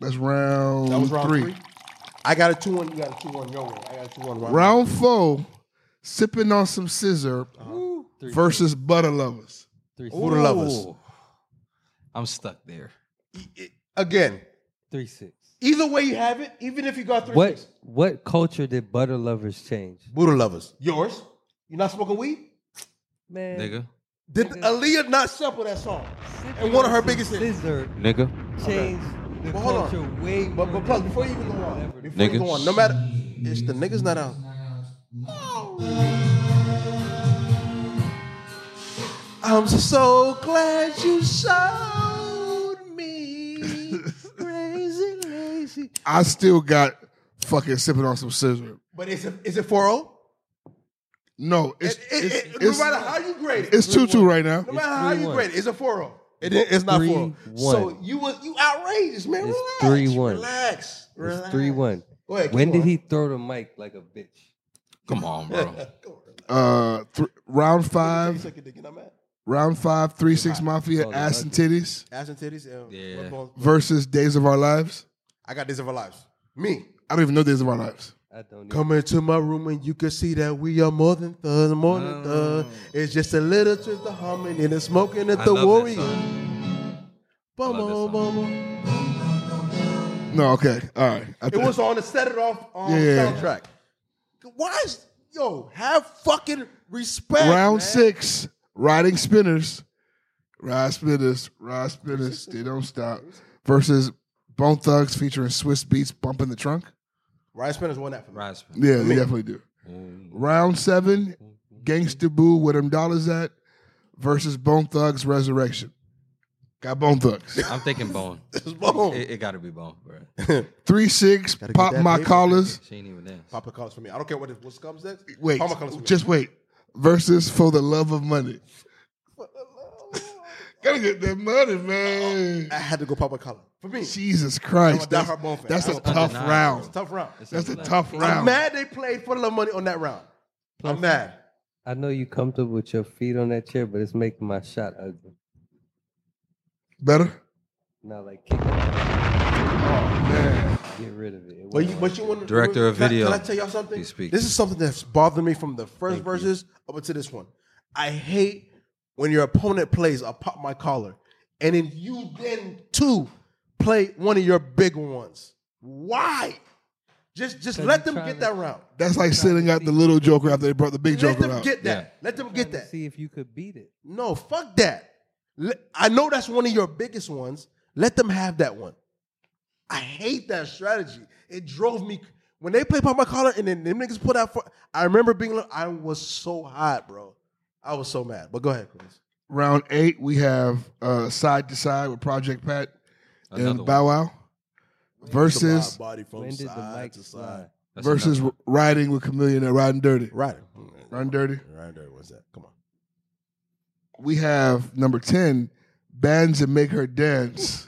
B: That's round,
C: That was round
B: three.
C: three. I got a two one. You got a two one. Your way. I got a two one. Round.
B: Round four, sipping on some scissor
D: Three,
B: versus butter lovers.
D: three,
C: Who the lovers?
D: Ooh. I'm stuck there.
C: Again,
A: Three six.
C: either way you have it. Even if you got three.
A: What
C: picks.
A: what culture did butter lovers change?
C: Buddha lovers. Yours. You not smoking weed?
A: Man,
D: Nigga.
C: Did Aaliyah not sample that song? And one of her biggest hits.
A: scissor
D: Nigga.
A: changed the
C: But hold on.
A: culture way more.
C: But, but plus, before you even go on, before you
D: Niggas.
C: go on, no matter, it's the niggas not out. Oh. I'm so glad you showed me crazy lazy.
B: I still got fucking sipping on some scissor.
C: But is it is it oh? 4-0?
B: No, it's
C: It- it-
B: it's,
C: it-
B: it's,
C: no matter how you grade it,
B: it's two two right now.
C: no matter how you
A: 3-1.
C: grade it, it's a 4-0. It, it's not 4-0. So
A: 3-1.
C: you was you outrageous, man.
A: It's
C: Relax.
A: 3-1.
C: Relax. Relax.
A: it's three one.
C: Go ahead, keep
A: When did
C: going.
A: he throw the mic like a bitch?
D: Come on, bro.
B: Uh, th- round
C: You
B: five,
C: suck your dick, you know, man.
B: round five, three six mafia
A: Oh,
B: ass and
A: that's
B: titties
C: Ass and titties. And
D: Yeah.
C: what bone-
B: versus Days of Our Lives.
C: I got Days of Our Lives. Me.
B: I don't even know Days of Our Lives.
A: I don't. Know.
C: Come into my room and you can see that we are more than thugs, more than thugs. It's just a little twist of harmony and smoking at
D: I
C: the
D: love that
C: warrior.
D: song.
C: Bum,
D: I love that
C: bum, bum.
B: No, okay, all right. I
C: It
B: think-
C: was on the Set It Off um,
B: Yeah, yeah, yeah.
C: soundtrack. Why is yo have fucking respect?
B: round
C: man.
B: six, riding spinners, ride spinners, ride spinners. They don't stop. Versus Bone Thugs featuring Swiss Beats, bumping the trunk.
C: Ryan Spinner's won that for me.
D: Rise. man.
B: Yeah, they definitely do. Round seven, Gangsta Boo, where them dollars at, versus Bone Thugs Resurrection. Got Bone Thugs.
D: I'm thinking bone.
C: It's boom.
D: It, it gotta be bone, bro.
B: Three six,
C: Gotta get
B: pop
C: that
B: my
C: paper.
B: collars.
D: She ain't even there.
C: Papa calls for me. I don't care what it- what comes next.
B: Wait,
C: Papa calls for me.
B: just wait. Versus for the love of money. Gotta get that money, man.
C: I had to go Papa Color for me.
B: Jesus
C: I'm a
B: Christ, that's,
C: diehard Bone fan.
B: that's
C: That's
B: a tough
D: undeniable.
C: It's a
B: round.
C: tough round.
B: That's a
D: Like,
B: tough
C: I'm
B: round.
C: mad they played for the Love money on that round. I'm mad.
A: e- I know you comfortable with your feet on that chair, but it's making my shot ugly.
B: Better.
A: Now like kick it, get rid of it. It
C: But Oh, you,
A: wasn't
C: but you want
D: Director of
C: can I-
D: video.
C: Can I tell y'all something?
D: He speaks.
C: This is something that's bothered me from the first verses up until this one. I hate when your opponent plays a pop my collar, and then you then too play one of your big ones. Why? Just just
A: 'Cause
C: let
A: you
C: them
A: tryna-
C: get that round.
B: That's like sitting out the little Joker after they brought the big
C: Let
B: Joker
C: them
B: out.
C: get that. Let them
A: trying
C: get
A: to
C: that.
A: See if you could beat it.
C: No, fuck that. Le- I know that's one of your biggest ones. Let them have that one. I hate that strategy. It drove me when they played Pop My Collar and then them niggas put out for. I remember being like, I was so hot, bro. I was so mad. But go ahead, Chris.
B: Round eight, we have uh, side to side with Project Pat
D: Another
B: and Bow Wow
C: Some
B: versus
C: odd body from
A: When did the
C: side
A: mic
C: to side.
A: slide?
D: That's
B: versus
D: another
B: r- riding with Chameleon and Riding Dirty.
C: Right.
B: Riding Dirty.
C: Right there. What's that? Come on.
B: We have number ten, bands that make her dance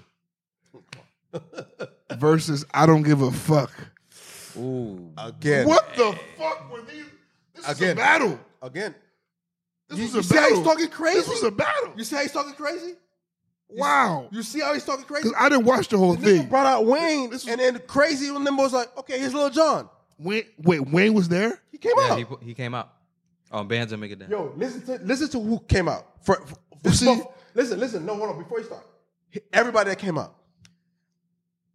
B: versus I don't give a fuck.
D: one. Ooh.
C: Again.
B: What the fuck were these? This is a
C: Again.
B: battle.
C: Again.
B: This
C: You-
B: was
C: you
B: a
C: see how
B: battle.
C: he's talking crazy?
B: This was a battle.
C: You see how he's talking crazy?
B: wow.
C: You see how he's talking crazy?
B: Because I didn't watch the whole
C: The
B: thing.
C: nigga brought out Wayne, and then crazy when them was like, okay, here's Lil John.
B: Wayne, wait, Wayne was there?
C: He came
D: Yeah,
C: out.
D: he, pu- he came out. On bands and make it down.
C: Yo, listen to listen to who came out. For, for- this
B: see-
C: motherf- listen, listen. No, hold on. Before you start, everybody that came out,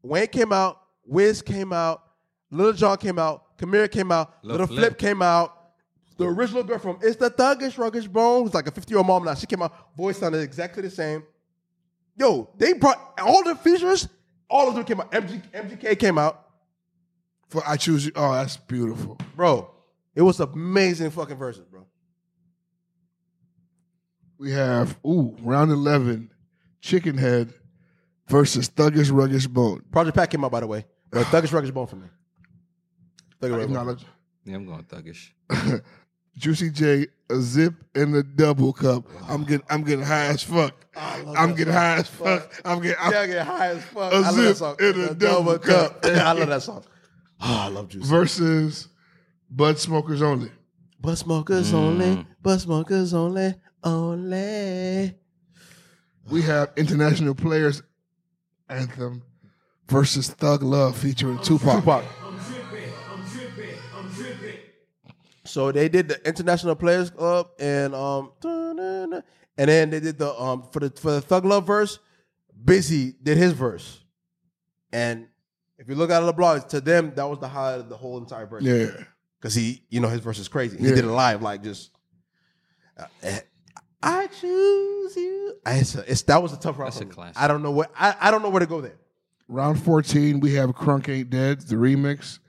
C: Wayne came out, Wiz came out, Little John came out, Kamira came out,
D: Lil
C: Little Flip.
D: Flip.
C: came out. The original girl from It's the Thuggish Ruggish Bone, who's like a 50 year old mom now, she came out. Voice sounded exactly the same. Yo, they brought all the features. All of them came out. MG, MGK came out,
B: For I choose you. Oh, that's beautiful.
C: bro. It was amazing fucking version, bro.
B: We have ooh round eleven, Chicken Head versus Thuggish Ruggish Bone.
C: Project Pat came out by the way, but Thuggish Ruggish Bone for me. Thuggish Ruggish Bone.
B: Acknowledge.
D: Yeah, I'm going thuggish.
B: Juicy J, a zip and a double cup. I'm getting I'm getting high as fuck. I'm getting high as fuck. I'm getting I'm-
C: Yeah, I get high as fuck.
B: A
C: I love
B: zip
C: that song.
B: in a double cup.
C: I love that song. Oh, I love juice.
B: versus Bud Smokers only.
C: Mm. Bus smokers only. Bus smokers only. Only.
B: we have international players anthem versus Thug Love featuring Tupac.
C: So they did the International Players Club and um and then they did the um for the for the Thug Love verse, Busy did his verse. And if you look at the blog, to them that was the highlight of the whole entire verse.
B: Yeah,
C: Cause he, you know, his verse is crazy. He
B: Yeah.
C: did it live, like just uh, eh, I choose you. I- It's, a- it's- that was a tough round.
D: That's
C: for
D: a
C: me.
D: classic.
C: I don't know what I, I don't know where to go there.
B: round fourteen we have Crunk Ain't Dead the remix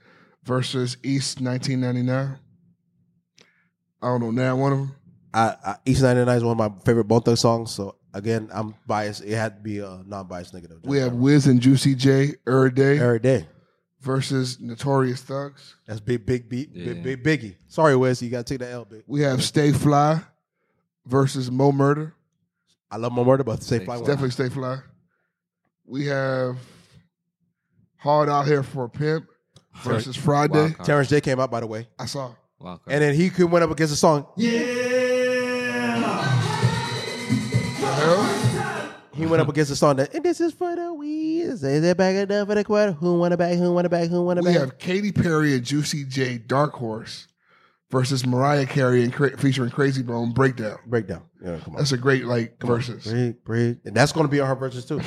B: versus East 1999. I don't know now one of them.
C: I, I East 99 is one of my favorite Bone Thugs songs, so again, I'm biased. It had to be a non-biased negative.
B: We have Wiz and Juicy J every day
C: every day.
B: versus Notorious Thugs.
C: That's big, big, big,
D: Yeah.
C: big, big, biggie. Sorry, Wes, you gotta take that L, big.
B: We have Stay Fly versus Mo Murder.
C: I love my murder, but say fly.
D: Wow.
B: Definitely Stay Fly. We have Hard Out Here for a Pimp versus Friday.
D: Wild card.
C: Terrence J came out by the way,
B: I saw.
D: Wild card.
C: and then he could went up against the song.
B: Hell?
C: He went up against the song that and this is for the weeds. Is it back enough for the quarter? Who want to back? Who want to back? Who want to
B: We
C: back?
B: have Katy Perry and Juicy J Dark Horse versus Mariah Carey and cra- featuring Crazy Bone Breakdown.
C: breakdown. Yeah, come on.
B: That's a great like versus.
C: Break, break, and that's gonna be on her verses too.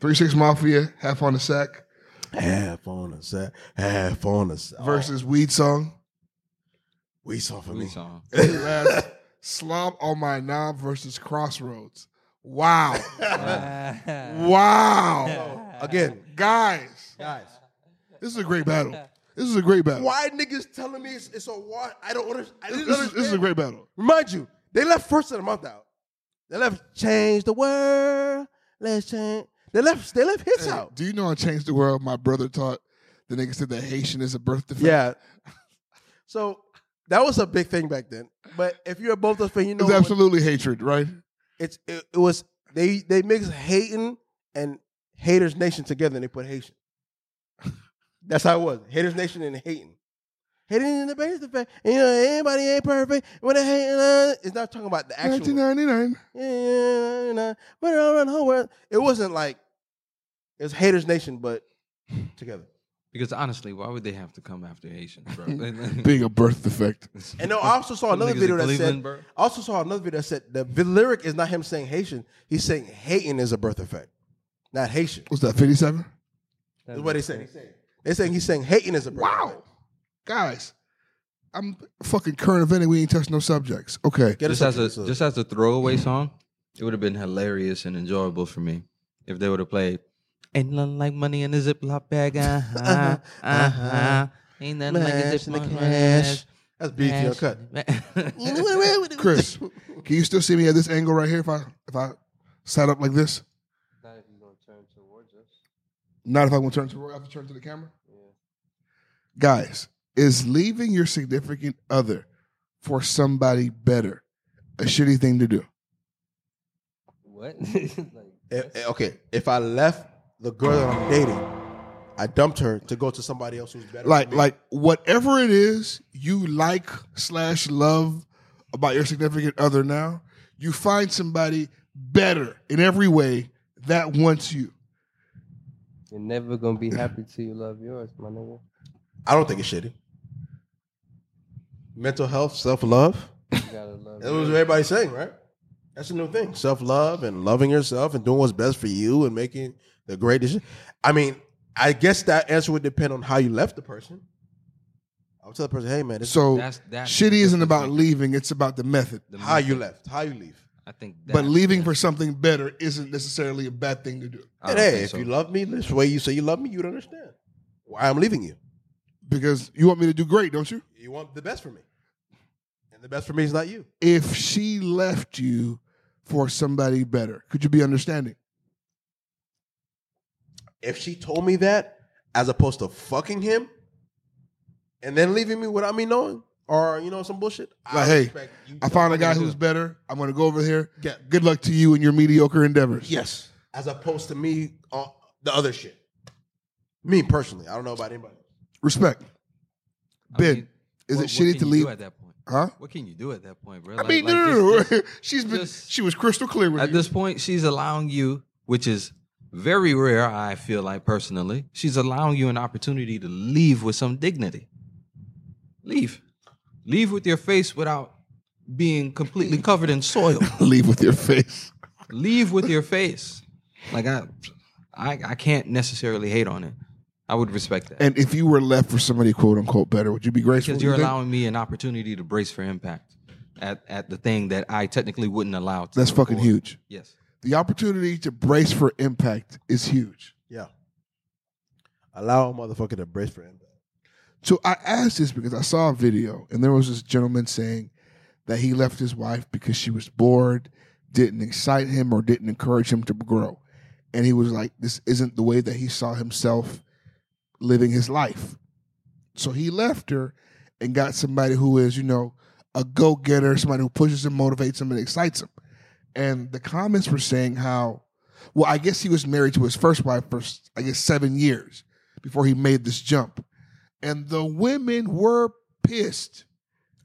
B: Three Six Mafia, Half on the Sack
C: half on a set, half on a set.
B: versus Weed Song.
C: we saw for
D: Who
C: me.
D: song?
B: And last, Slob on My Knob versus Crossroads. Wow. wow.
C: Again,
B: Guys,
C: guys,
B: this is a great battle. This is a great battle.
C: why niggas telling me it's, it's a war? I don't understand. I
B: This,
C: didn't
B: this is, this is a
C: understand.
B: great battle.
C: Remind you, they left first of the month out. They left change the world. Let's change. They left. They left hits
B: Hey,
C: out.
B: Do you know I changed the world? My brother taught the nigga said that Haitian is a birth defect.
C: Yeah. So that was a big thing back then. But if you're a both those fan, you know
B: it's
C: what-
B: absolutely hatred, right?
C: it's it, it was they they mixed hating and haters nation together and they put Haitian. That's how it was. Haters nation and hating. Hating in the base of fact. And you know, anybody ain't perfect. When they hating, uh, it's not talking about the actual.
B: 1999.
C: Yeah, but around the whole world. It wasn't like it was haters nation, but together.
D: Because honestly, why would they have to come after Haitians, bro?
B: Being a birth defect.
C: And no, I also saw another
D: Niggas in
C: video that
D: Cleveland,
C: said.
D: bro.
C: I also saw another video that said the vi- lyric is not him saying Haitian. He's saying hating is a birth effect, not Haitian.
B: What's that, 57?
C: That's what they saying. They saying he's saying hating is a birth
B: Wow.
C: effect.
B: Guys, I'm fucking current event and we ain't touch no subjects. Okay.
C: Get
D: just
C: us up
D: as a
C: to this, uh,
D: just as a throwaway song, it would have been hilarious and enjoyable for me if they would have played "Ain't nothing like money in a Ziploc bag." Uh huh.
C: Uh-huh.
D: uh huh. Ain't nothing like a
C: Mash in the
D: Ziploc
C: cash.
D: bag.
C: That's BT uncut.
D: cut.
B: Chris, can you still see me at this angle right here if I if I sat up like this? Not if I'm gonna turn to I have to turn to the camera. Guys, is leaving your significant other for somebody better a shitty thing to do?
A: What?
C: Eh, eh, Okay, if I left the girl that I'm dating, I dumped her to go to somebody else who's better.
B: Like
C: than me.
B: like whatever it is you like slash love about your significant other now, you find somebody better in every way that wants you.
A: You're never gonna be happy till you love yours, my nigga.
C: I don't think it's shitty. Mental health, self love.
A: You gotta love.
C: That was what everybody's saying, right? That's a new thing. Self love and loving yourself and doing what's best for you and making the great decision. I mean, I guess that answer would depend on how you left the person. I would tell the person, hey man, this
B: So
D: That's- that's the
B: shitty isn't
D: difference
B: about
D: maker.
B: leaving; it's about the method.
D: The
C: is how you
D: method.
C: left, how you leave.
D: I think.
B: but
D: that-
B: leaving for something better isn't necessarily a bad thing to do
D: I
C: And
D: don't
C: hey,
D: think
C: if
D: so.
C: you love me this way, you say you love me, you'd understand why I'm leaving you.
B: because you want me to do great, don't you?
C: You want the best for me, and the best for me is not you.
B: If she left you for somebody better, could you be understanding?
C: If she told me that, as opposed to fucking him, and then leaving me without me knowing, or you know some bullshit.
B: Like, hey,
C: respect you
B: I found a
C: telling me
B: guy
C: to do
B: who's
C: it.
B: better. I'm going to go over here.
C: Yeah.
B: Good luck to you and your mediocre endeavors.
C: Yes. As opposed to me, uh, the other shit. Me personally, I don't know about anybody.
B: Respect.
D: I
B: Ben,
D: mean,
B: is
D: what-
B: it
D: what
B: shitty to
D: can you do
B: leave?
D: at that point?
B: Huh?
D: What can you do at that point, bro?
B: I mean, no,
D: just-
B: no, no.
D: just-
B: She's been.
D: just-
B: she was crystal clear with
D: At
B: you.
D: this point, she's allowing you, which is very rare, I feel like personally, she's allowing you an opportunity to leave with some dignity. Leave. Leave with your face without being completely covered in soil.
B: Leave with your face.
D: leave with your face. Like I I I can't necessarily hate on it. I would respect that.
B: And if you were left for somebody quote unquote better, would you be grateful?
D: because
B: you
D: you're
B: think?
D: allowing me an opportunity to brace for impact at, at the thing that I technically wouldn't allow to
B: That's
D: go
B: fucking
D: forward.
B: huge.
D: Yes.
B: The opportunity to brace for impact is huge.
C: Yeah. Allow a motherfucker to brace for impact.
B: So I asked this because I saw a video and there was this gentleman saying that he left his wife because she was bored, didn't excite him, or didn't encourage him to grow. And he was like, this isn't the way that he saw himself living his life. So he left her and got somebody who is, you know, a go getter, somebody who pushes him, motivates him, and excites him. And the comments were saying how, well, I guess he was married to his first wife for, I guess, seven years before he made this jump and the women were pissed.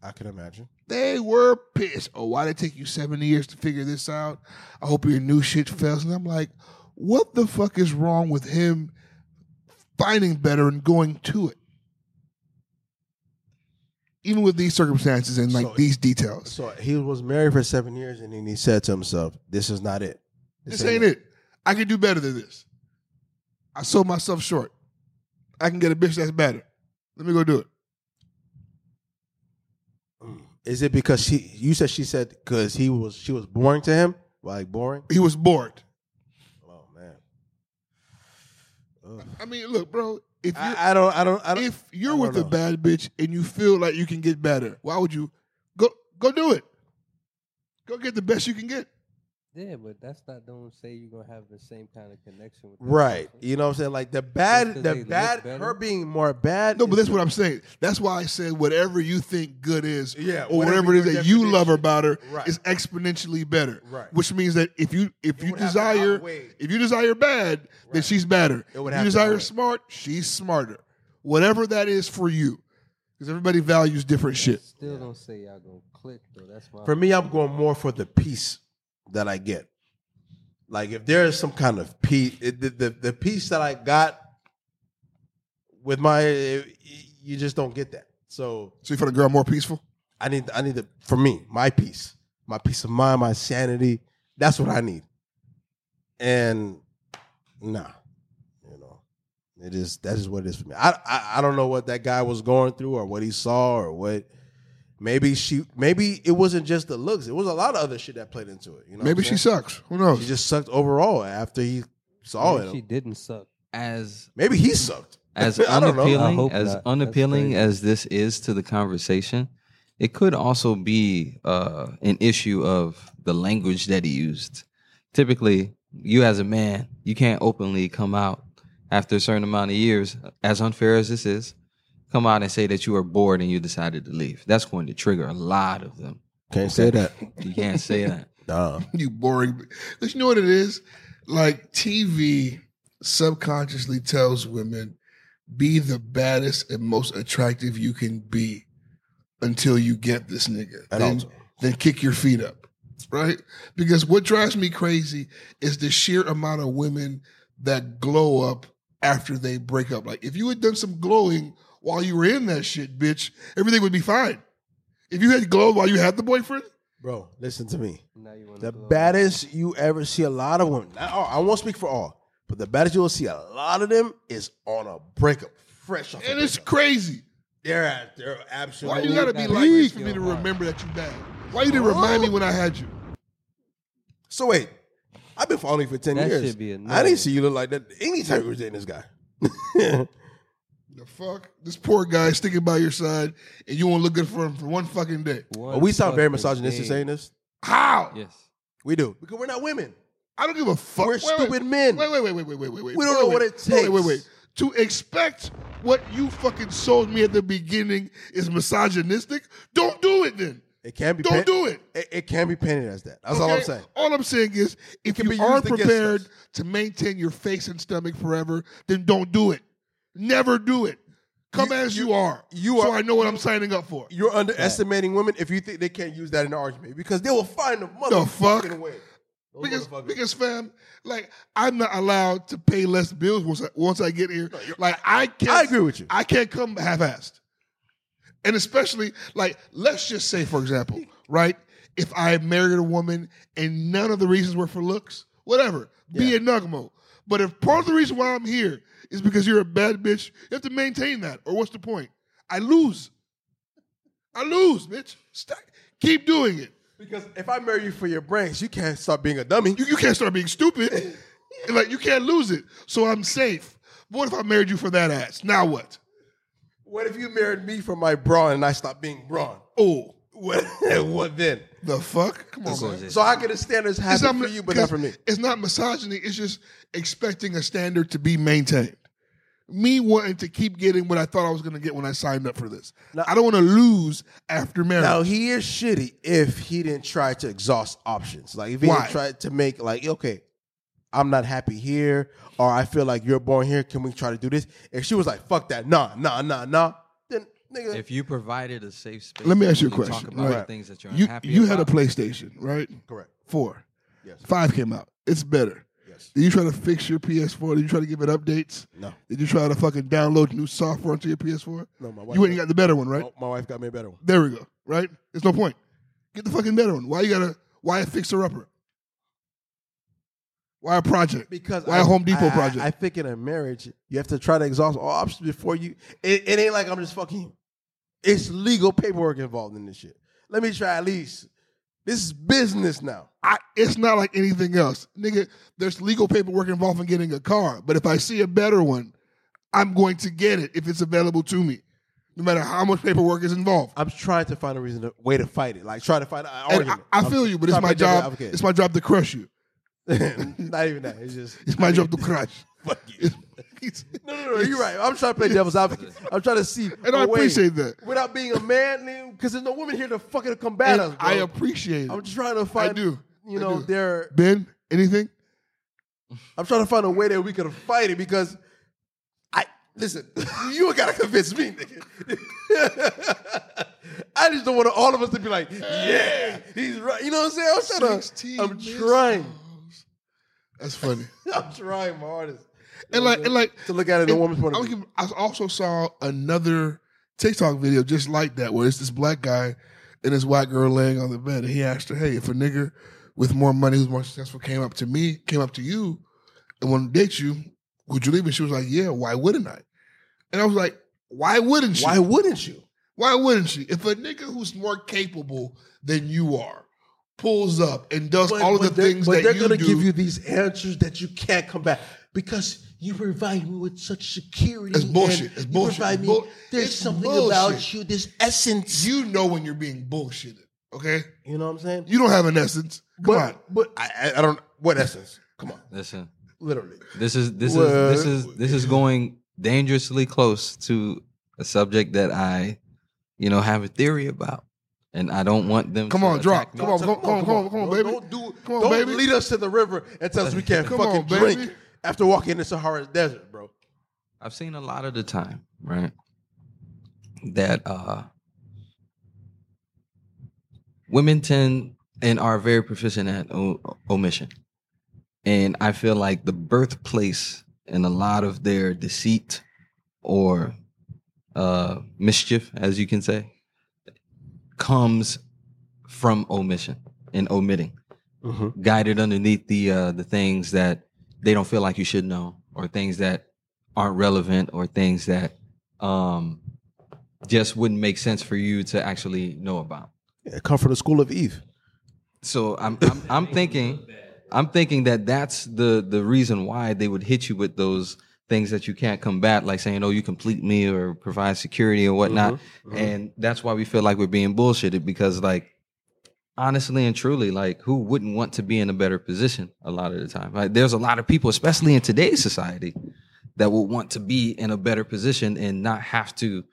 C: I can imagine.
B: They were pissed. Oh, why did it take you seven years to figure this out? I hope your new shit fails. And I'm like, what the fuck is wrong with him finding better and going to it? Even with these circumstances and like
C: So-
B: these details.
C: So he was married for seven years, and then he said to himself, "This is not it.
B: This ain't it. I can do better than this. I sold myself short. I can get a bitch that's better. Let me go do it.
C: Is it because she? You said she said because he was she was boring to him, like boring.
B: He was bored.
C: Oh man,
B: I mean, look, bro, if you
C: I, I don't, I don't, I don't.
B: if you're
C: I
B: with a
C: don't know.
B: bad bitch and you feel like you can get better, why would you go go do it? Go get the best you can get.
A: Yeah, but that's not don't say you're gonna have the same kind of connection with that
C: right,
A: person.
C: you know what I'm saying? Like the bad,
A: Because they
C: the
A: look
C: bad,
A: better.
C: her being more bad.
B: No, but
C: is-
B: that's what I'm saying. That's why I said whatever you think good is,
C: Yeah,
B: or
C: whatever
B: whatever, it is
C: your
B: that you love
C: definition-
B: about her
C: Right.
B: is exponentially better.
C: Right.
B: Which means that if you if you
C: would have to
B: desire
C: outweigh-
B: if you desire bad, then
C: Right.
B: she's better.
C: It would
B: if
C: have
B: you
C: to
B: desire
C: outweigh.
B: smart, she's smarter. Whatever that is for you, because everybody values different shit.
A: Still don't say y'all gonna click though. That's my
C: For me, I'm going more for the peace that I get. Like if there is some kind of peace, it, the, the the peace that I got with my, eh, you just don't get that. So
B: So you feel the girl more peaceful.
C: I need I need the for me my peace, my peace of mind, my sanity. That's what I need. And nah, you know, it is that is what it is for me. I, I I don't know what that guy was going through or what he saw or what. Maybe she maybe it wasn't just the looks. It was a lot of other shit that played into it. You know,
B: Maybe
C: what
B: she
C: I'm
B: sucks. Who knows?
C: saying? she just sucked overall after he saw
A: Maybe she
C: it.
A: didn't suck.
D: As
C: Maybe he sucked.
D: as
C: I don't know.
A: I
D: unappealing
A: hope
D: as
A: not. That's
D: unappealing
A: crazy.
D: as this is to the conversation, it could also be uh, an issue of the language that he used. Typically, you as a man, you can't openly come out after a certain amount of years, as unfair as this is, come out and say that you were bored and you decided to leave. That's going to trigger a lot of them.
C: Can't say that.
D: You can't say that.
C: Nah.
B: you boring. But you know what it is? Like TV subconsciously tells women, be the baddest and most attractive you can be until you get this nigga.
C: That
B: then,
C: also.
B: then kick your feet up. Right? Because what drives me crazy is the sheer amount of women that glow up after they break up. Like if you had done some glowing while you were in that shit, bitch, everything would be fine. If you had glowed while you had the boyfriend,
C: Bro, listen to me.
A: Now you wanna
C: The
A: blow.
C: baddest you ever see a lot of women. Not all, I won't speak for all, but the baddest you will see a lot of them is on a breakup, fresh off. a
B: and it's
C: breakup.
B: crazy.
C: they're at they're
B: Why
C: absolutely.
B: you gotta be
A: that
B: like
A: breaks
B: this for me
A: your
B: to
A: heart.
B: remember that you bad? Why you didn't remind me when I had you?
C: So wait, I've been following you for ten
A: That
C: years.
A: should be
C: I
A: annoying.
C: didn't see you look like that any time you were dating this guy.
B: The fuck? This poor guy sticking by your side and you won't look good for him for one fucking day.
A: One
C: But we sound very
A: fucking
C: misogynistic
A: day.
C: saying this.
B: How?
D: Yes.
C: We do because we're not women.
B: I don't give a fuck.
C: We're stupid men.
B: Wait, wait, wait, wait, wait, wait, wait. wait.
C: We don't know
B: Wait,
C: what
B: wait.
C: it
B: Wait, wait,
C: takes.
B: wait. To expect what you fucking sold me at the beginning is misogynistic? Don't do it then.
C: It can be.
B: Don't
C: paint-
B: do it.
C: It, it can be painted as that. That's all
B: Okay?
C: I'm saying.
B: All I'm saying is if
C: can
B: you
C: be
B: aren't
C: used against
B: prepared
C: us.
B: to maintain your face and stomach forever, then don't do it. Never do it. Come as you, are.
C: you
B: So
C: are-
B: I know what I'm signing up for.
C: You're underestimating women if you think they can't use that in an argument because they will find the
B: The fuck?
C: motherfucking way. Those
B: Because,
C: motherfuckers.
B: because, fam, like I'm not allowed to pay less bills once I, once I get here. Like I can't.
C: I agree with you.
B: I can't come half-assed, and especially like let's just say, for example, right? If I married a woman and none of the reasons were for looks, whatever, be a nugmo. But if part of the reason why I'm here is because you're a bad bitch, you have to maintain that. Or what's the point? I lose. I lose, bitch. Stop. Keep doing it.
C: Because if I marry you for your brains, you can't stop being a dummy.
B: You, you can't start being stupid. like you can't lose it. So I'm safe. But what if I married you for that ass? Now what?
C: What if you married me for my brawn and I stop being brawn?
B: Oh,
C: What, what then?
B: the fuck? Come on, man.
C: So how can the standards happen for you but not for me?
B: It's not misogyny. It's just expecting a standard to be maintained. Me wanting to keep getting what I thought I was going to get when I signed up for this. I don't want to lose after marriage.
C: Now he is shitty if he didn't try to exhaust options. Like if he
B: Why?
C: didn't try to make like, okay, I'm not happy here, or I feel like you're born here. Can we try to do this? If she was like, fuck that, nah, nah, nah, nah, then nigga,
D: If you provided a safe space,
B: Let me ask you a
D: to
B: question.
D: Talk about the
B: Right.
D: things that you're
B: you
D: unhappy
B: you had a
D: about.
B: PlayStation, right?
C: correct.
B: Four.
C: Yes.
B: Five came out. It's better.
C: Yes.
B: Did you try to fix your PS4? Did you try to give it updates?
C: No.
B: Did you try to fucking download new software onto your PS4?
C: No, my wife
B: You ain't
C: got-
B: got the better one, right?
C: Oh, my wife got me a better one.
B: There we go. Right? There's no point. Get the fucking better one. Why you gotta? Why a fixer upper? Why a project?
C: Because
B: why
C: I-
B: a Home Depot
C: I-
B: project?
C: I, I think in a marriage, you have to try to exhaust all options before you. It, it ain't like I'm just fucking. you. It's legal paperwork involved in this shit. Let me try at least. This is business now.
B: I- it's not like anything else, nigga. There's legal paperwork involved in getting a car, but if I see a better one, I'm going to get it if it's available to me, no matter how much paperwork is involved.
C: I'm trying to find a reason, to, way to fight it. Like try to find an
B: And I,
C: argument.
B: I feel
C: I'm
B: you, but it's
C: trying to
B: my
C: be a devil
B: job. It's my job to crush you.
C: advocate. not even that. It's just
B: It's my job to crush.
C: fuck you.
B: It's-
C: No, no, no. You're right. I'm trying to play devil's advocate. I'm trying to see.
B: And I
C: a way
B: appreciate that.
C: Without being a man, because there's no woman here to fucking combat us.
B: and I
C: bro.
B: appreciate it.
C: I'm trying to find.
B: do.
C: You
B: I
C: know,
B: do.
C: their
B: ben, anything?
C: I'm trying to find a way that we could fight it because I listen. You ain't gotta convince me, nigga. I just don't want all of us to be like, yeah, he's right. You know what I'm saying? I'm trying.
B: 16
C: To, I'm
B: missed
C: trying.
B: That's funny.
C: I'm trying my hardest. You
B: and
C: know
B: like,
C: what
B: and like,
C: I'm saying? to look at it in a
B: And
C: woman's point
B: I,
C: of
B: was
C: view.
B: giving- I also saw another TikTok video just like that, where it's this black guy and this white girl laying on the bed, and he asked her, "Hey, if a nigga with more money who's more successful came up to me, came up to you, and wanted to date you, would you leave?" And she was like, "Yeah, why wouldn't I?" And I was like, "Why wouldn't she?
C: Why wouldn't you?
B: Why wouldn't she? If a nigga who's more capable than you are pulls up and does all of the
C: they're-
B: things
C: but
B: that
C: they're
B: you
C: gonna
B: do,
C: give you these answers that you can't combat because you provide me with such security.
B: It's bullshit.
C: and
B: It's
C: you
B: bullshit.
C: provide
B: It's
C: me-
B: bull-
C: there's
B: it's
C: something
B: bullshit.
C: about you. This essence.
B: you know when you're being bullshitted. Okay,
C: You know what I'm saying?
B: you don't have an essence. Come on.
C: but, but I, I- I don't. What essence? Come on,
D: Listen,
C: literally.
D: this is this
C: Well-
D: is this is this is going dangerously close to a subject that I, you know, have a theory about, and I don't want them.
B: Come
D: to
B: on, drop.
D: attack me.
B: Come on, come on, come on, come on, come on, baby.
C: Don't do.
B: Come on,
C: don't
B: baby.
C: lead us to the river and tell us we can't
B: Come
C: fucking
B: on, baby.
C: drink after walking in the Sahara Desert, bro.
D: I've seen a lot of the time, right? That uh women tend and are very proficient at o- omission. And I feel like the birthplace and a lot of their deceit or uh mischief, as you can say, comes from omission and omitting
C: Mm-hmm.
D: guided underneath the uh, the things that they don't feel like you should know, or things that aren't relevant, or things that um, just wouldn't make sense for you to actually know about.
C: Yeah, come from the school of Eve.
D: So I'm I'm, I'm thinking I'm thinking that that's the the reason why they would hit you with those things that you can't combat, like saying, "Oh, you complete me" or provide security or whatnot, and that's why we feel like we're being bullshitted because like honestly and truly, like who wouldn't want to be in a better position a lot of the time? Like there's a lot of people, especially in today's society, that will want to be in a better position and not have to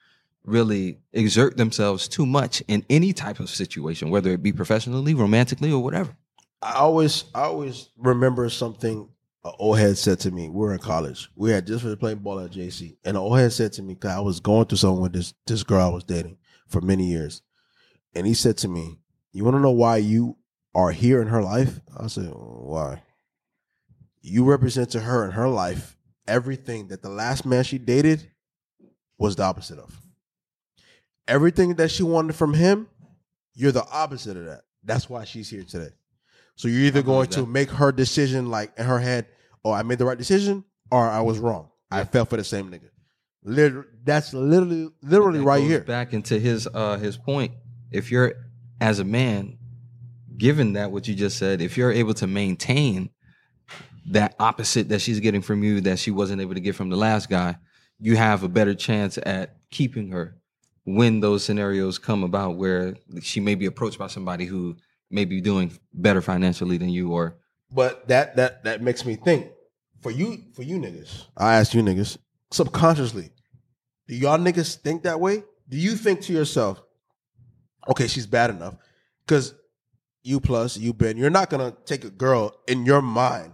D: really exert themselves too much in any type of situation, whether it be professionally, romantically, or whatever.
C: I always, I always remember something an old head said to me, we were in college. We had just been playing ball at JC. And an old head said to me, 'cause I was going through something with this, this girl I was dating for many years. And he said to me, You want to know why you are here in her life? I said, Why? You represent to her in her life everything that the last man she dated was the opposite of. Everything that she wanted from him, you're the opposite of that. That's why she's here today. So you're either
D: I believe
C: going to
D: that.
C: make her decision like in her head, oh, I made the right decision, or I was wrong. I fell for the same nigga. Literally, that's literally literally
D: That
C: right
D: goes
C: here.
D: Back into his uh his point. If you're as a man, given that what you just said, if you're able to maintain that opposite that she's getting from you that she wasn't able to get from the last guy, you have a better chance at keeping her when those scenarios come about where she may be approached by somebody who may be doing better financially than you or
C: But that that that makes me think for you for you niggas. I ask you niggas subconsciously, do y'all niggas think that way? Do you think to yourself, okay, she's bad enough? Because you plus you Ben, you're not gonna take a girl in your mind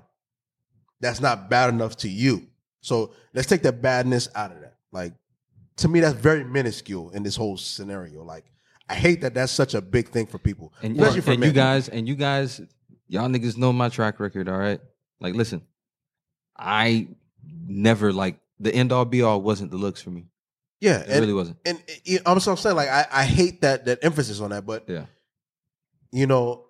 C: that's not bad enough to you. So let's take the badness out of that. Like to me, that's very minuscule in this whole scenario. Like I hate that that's such a big thing for people,
D: And,
C: especially for
D: and
C: men.
D: you guys, and you guys, y'all niggas know my track record, all right? Like, listen, I never like the end all be all wasn't the looks for me.
C: yeah,
D: It
C: and-
D: really wasn't.
C: and it, I'm so I'm saying like I, I hate that that emphasis on that, but
D: Yeah.
C: you know,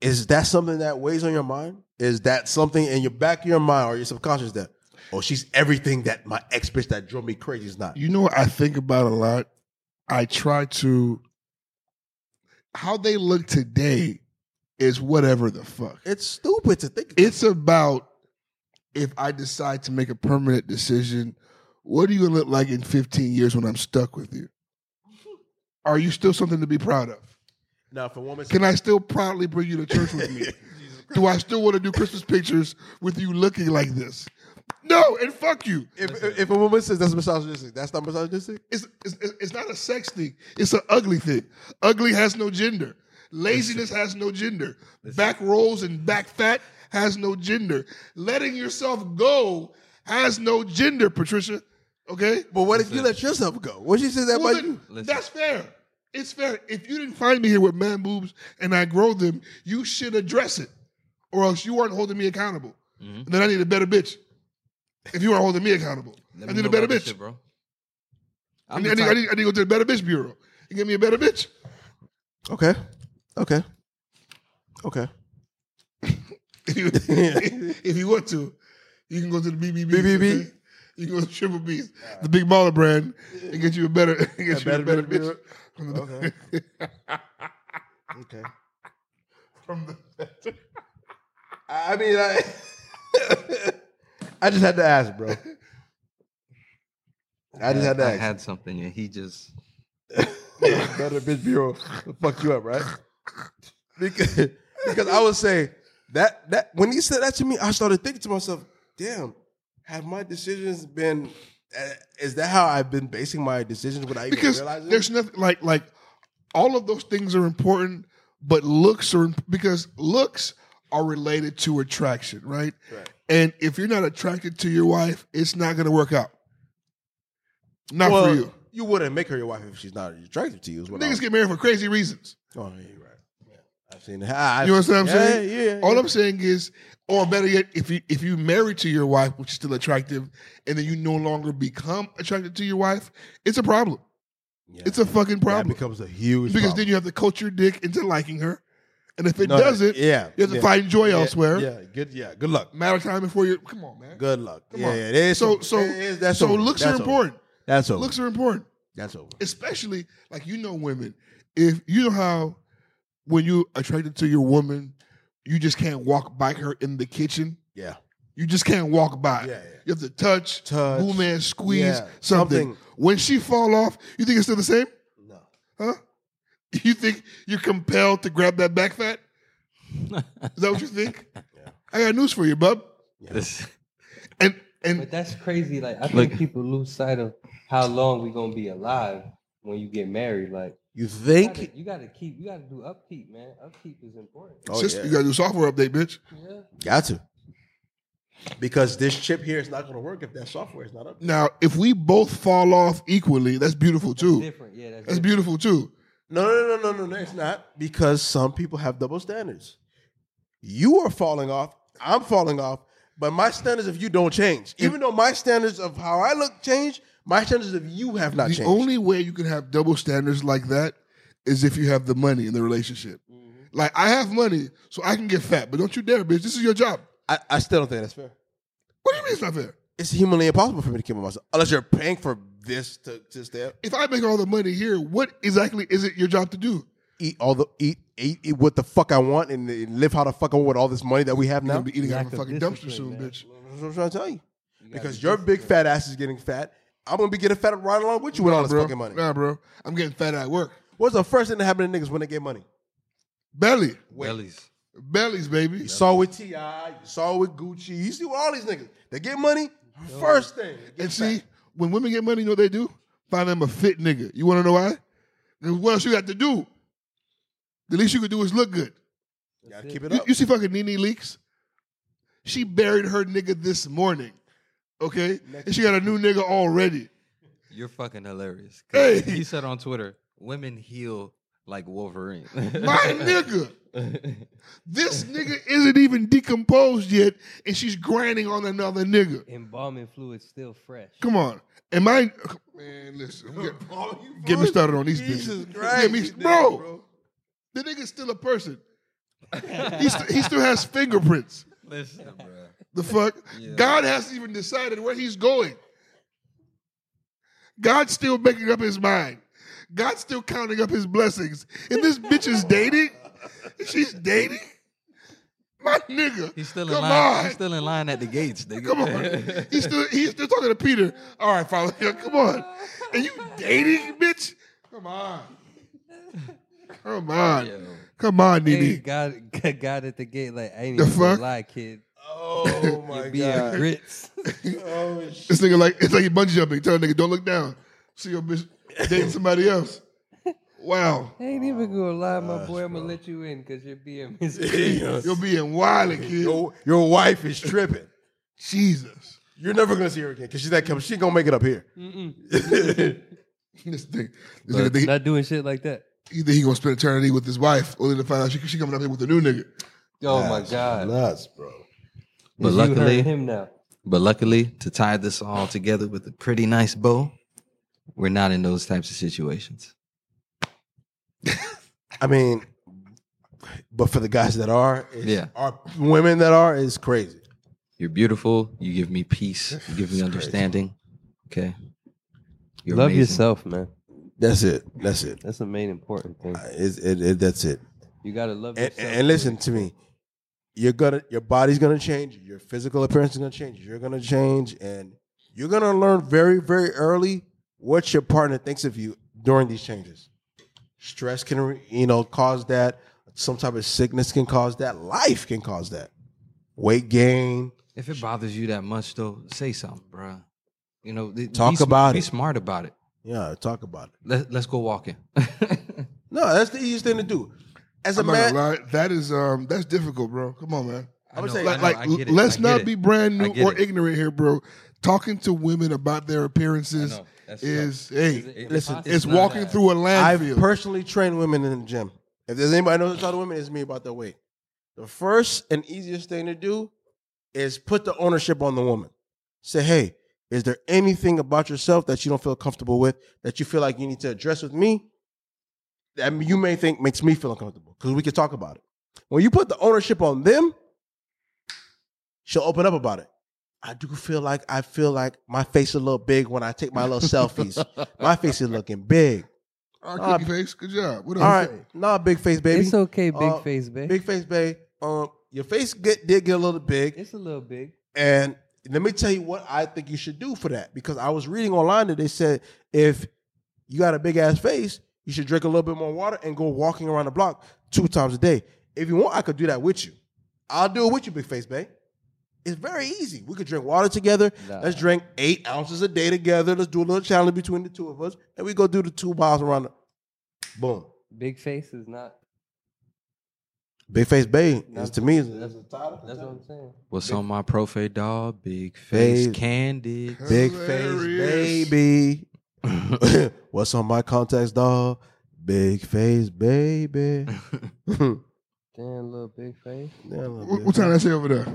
C: is that something that weighs on your mind? Is that something in your back of your mind or your subconscious that oh she's everything that my ex bitch that drove me crazy is not?
B: You know what I think about a lot? I try to how they look today is whatever the fuck.
C: It's stupid to think.
B: It's about if I decide to make a permanent decision, what are you gonna look like in 15 years when I'm stuck with you? Are you still something to be proud of?
C: now if a woman
B: Can I still proudly bring you to church with me? do I still want to do Christmas pictures with you looking like this? No, and fuck you.
C: if, if a woman says that's misogynistic, that's not misogynistic.
B: It's, it's it's not a sex thing. It's an ugly thing. Ugly has no gender. Laziness has no gender. Back rolls and back fat has no gender. Letting yourself go has no gender, Patricia. Okay?
C: But what if you let yourself go? What she says that
B: Well,
C: about
B: then,
C: you?
D: Listen.
B: That's fair. It's fair. If you didn't find me here with man boobs and I grow them, you should address it, or else you aren't holding me accountable.
D: Mm-hmm.
B: And then I need a better bitch. If you aren't holding me accountable,
D: Let
B: I
D: me
B: need
D: know
B: a better
D: about this
B: bitch.
D: shit, bro.
B: I
D: I'm
B: need,
D: the
B: I, need, I,
D: type-
B: need, I need to go to the better bitch bureau and get me a better bitch.
C: Okay, okay, okay.
B: If you, if you want to, you can go to the BBB.
C: BBB?
B: okay? You can go to Triple B's, the big baller brand, and get you a better, get you a
C: better
B: better, bitch
C: bitch bureau.
B: from the,
C: Okay. okay.
B: from the
C: I mean, I, I just had to ask, bro. I just had to
D: I
C: ask.
D: had something and he just
C: Better bitch bureau will fuck you up, right? Because, because I would say that that when he said that to me, I started thinking to myself, "Damn, have my decisions been? Uh, is that how I've been basing my decisions without even
B: because
C: realizing?"
B: there's nothing like like all of those things are important, but looks are imp- because looks are related to attraction, right?
C: Right.
B: And if you're not attracted to your wife, it's not going to work out. Not
C: Well,
B: for you.
C: You wouldn't make her your wife if she's not attractive to you. Is what I
B: Niggas
C: was-
B: get married for crazy reasons.
C: oh, yeah, you're right. Yeah, I've seen it. I- I've-
B: You know what I'm
C: yeah,
B: saying?
C: Yeah. yeah.
B: All I'm saying is, or better yet, if you if you married to your wife, which is still attractive, and then you no longer become attracted to your wife, it's a problem.
C: Yeah.
B: It's a fucking problem.
C: That becomes a huge
B: because
C: problem.
B: then you have to coach your dick into liking her, and if it
C: No,
B: doesn't,
C: yeah,
B: you have to
C: yeah,
B: find joy
C: yeah,
B: elsewhere.
C: Yeah, good. Yeah, good luck.
B: Matter of time before you come on, man.
C: Good luck.
B: Come
C: yeah,
B: on.
C: yeah. it is
B: so
C: over.
B: so
C: It is- that's
B: so
C: over.
B: looks
C: That's
B: are
C: over.
B: important.
C: That's over.
B: Looks are important,
C: that's over.
B: especially like you know women. If you know how when you attracted to your woman, you just can't walk by her in the kitchen.
C: Yeah.
B: You just can't walk by.
C: Yeah, yeah.
B: You have to touch,
C: Touch.
B: boom man, squeeze
C: Yeah,
B: something.
C: something.
B: When she fall off, you think it's still the same?
C: No.
B: Huh? You think you're compelled to grab that back fat? Is that what you think? I got news for you, bub.
D: this
B: And and
A: But that's crazy. Like I
D: Look.
A: think people lose sight of how long we gonna be alive when you get married. Like
C: You
A: you
C: think?
A: gotta, you gotta keep, you gotta do upkeep, man. Upkeep is important.
C: Oh,
B: sis,
C: yeah.
B: you got to do software update, bitch.
A: Yeah.
C: Got to. because this chip here is not going to work if that software is not up.
B: Now, if we both fall off equally, that's beautiful too.
A: Different, yeah. That's
B: That's beautiful too.
C: No, no, no, no, no, no, it's not because some people have double standards. You are falling off. I'm falling off. But my standards of you don't change. Even though my standards of how I look change, my standards of you have not
B: The
C: changed.
B: only way you can have double standards like that is if you have the money in the relationship.
C: Mm-hmm.
B: Like I have money, so I can get fat, but don't you dare, bitch. This is your job.
C: I, I still don't think that's fair.
B: What do you mean it's not fair?
C: It's humanly impossible for me to keep myself unless you're paying for this to, to stay up.
B: If I make all the money here, what exactly is it your job to do?
C: Eat all the eat, eat eat what the fuck I want and, and live how the fuck I want with all this money that we have
B: I'm
C: now.
B: gonna be eating out
A: Lack
B: of a
A: of
B: fucking dumpster
A: discipline,
B: soon,
A: man.
B: bitch.
C: That's what I'm trying to tell you. Because your big fat ass is getting fat. I'm gonna be getting fat right along with you with all this
B: bro.
C: fucking money.
B: Nah, bro. I'm getting fat at work.
C: What's the first thing that happened to niggas when they get money?
B: Belly.
D: Bellies.
B: Bellies, baby.
C: You saw it with Ti, you saw it with Gucci. You see what all these niggas they get money. First thing, they get
B: And see,
C: fat.
B: when women get money, you know what they do? Find them a fit nigga. You want to know why? 'Cause what else you got to do? The least you could do is look good.
C: You gotta keep it
B: You,
C: up.
B: you see fucking Nene Leaks? She buried her nigga this morning. Okay? And she got a new nigga already.
D: You're fucking hilarious.
B: Hey.
D: He said on Twitter, women heal like Wolverine.
B: My nigga. This nigga isn't even decomposed yet, and she's grinding on another nigga.
A: Embalming fluid still fresh.
B: Come on. Am I man, listen. Get, get me started on these
C: Jesus
B: bitches.
C: Christ,
B: Get me-
C: you nigga,
B: bro, The nigga's still a person. he, st- he still has fingerprints.
D: Listen, bro.
B: The fuck? God hasn't even decided where he's going. God's still making up his mind. God's still counting up his blessings. And this bitch is dating? She's dating? My nigga.
D: He's still in
B: Come
D: line.
B: on.
D: He's still in line at the gates, nigga.
B: Come on. He's still he's still talking to Peter. All right, Father, yeah, come on. Are you dating, bitch? Come on. Come on. Come on,
A: Hey,
B: Nene.
A: God, God at the gate, like I ain't
B: The
A: even gonna
B: fuck?
A: lie, kid.
C: Oh my
A: Be a
C: god.
A: grits.
C: Oh, shit.
B: This nigga like it's like he bungee jumping. Tell a nigga, don't look down. See your bitch dating somebody else. Wow.
A: I ain't
D: Oh,
A: even gonna lie, my boy. I'm gonna let you in because you're being misbehaved.
C: Yes.
B: You're being wild, kid.
C: Your, your wife is tripping.
B: Jesus.
C: You're never gonna see her again because she's that. She ain't gonna make it up here.
B: This thing. This nigga,
A: But
B: think
A: Not doing shit like that.
B: he, he think he gonna spend eternity with his wife, only to find out she, she coming up here with a new nigga.
A: Oh my god.
C: nuts, bro.
D: But
A: You heard
D: luckily,
A: him now.
D: But luckily, to tie this all together with a pretty nice bow, we're not in those types of situations.
C: I mean, but for the guys that are, it's,
D: Yeah.
C: are women that are is crazy.
D: You're beautiful. You give me peace. You give me understanding. Okay. You're
A: Love
D: amazing.
A: yourself, man.
C: That's it. That's it.
A: That's the main important thing.
C: It's- it- it- that's it.
A: You gotta love
C: And,
A: yourself.
C: and listen to me. You're gonna, your body's gonna change. Your physical appearance is gonna change. You're gonna change, and you're gonna learn very, very early what your partner thinks of you during these changes. Stress can, re- you know, cause that. Some type of sickness can cause that. Life can cause that. Weight gain.
D: If it bothers you that much, though, say something, bruh. You know, th-
C: Talk
D: be sm-
C: about
D: Be
C: it.
D: smart about it.
C: Yeah, talk about it.
D: Let, let's go walking.
C: No, that's the easiest thing to do. As a
B: I'm not
C: man,
B: gonna lie. That is um that's difficult, bro. Come on, man.
D: I
C: would
D: know,
C: say,
D: I
B: Like,
D: know,
B: like
D: I get it.
B: let's
D: I get
B: not
D: it.
B: be brand
D: I
B: new
D: get
B: or
D: it.
B: ignorant here, bro. Talking to women about their appearances
D: know. That's
B: is hey,
D: Listen,
B: it's, walking through a
C: I've
B: landfill.
C: personally trained women in the gym. If there's anybody that knows how to women, it's me about their weight. The first and easiest thing to do is put the ownership on the woman. Say, hey, is there anything about yourself that you don't feel comfortable with that you feel like you need to address with me? That you may think makes me feel uncomfortable because we can talk about it. When you put the ownership on them, she'll open up about it. I do feel like I feel like my face is a little big when I take my little selfies. My face is looking big.
B: All
C: Uh,
B: right, cookie face. Good job. What
C: All
B: else?
C: right, nah, big face baby.
A: It's okay, big
C: Uh,
A: face, babe.
C: Big face baby. Um, your face get did get a little big,
A: It's a little big.
C: and let me tell you what I think you should do for that because I was reading online that they said if you got a big ass face, you should drink a little bit more water and go walking around the block two times a day. If you want, I could do that with you. I'll do it with you, big face babe. It's very easy. We could drink water together.
A: Nah.
C: Let's drink eight ounces a day together. Let's do a little challenge between the two of us, and we go do the two miles around. The- Boom.
A: Big face is not.
C: Big Face Bay is to me. is-
A: That's what I'm saying.
D: What's on my profile, dog? Big face
C: Face.
D: candy.
C: Big
B: Hilarious.
C: Face Baby. What's on my contacts, dog? Big Face Baby.
A: Damn, little big face.
B: What, what time that say over there?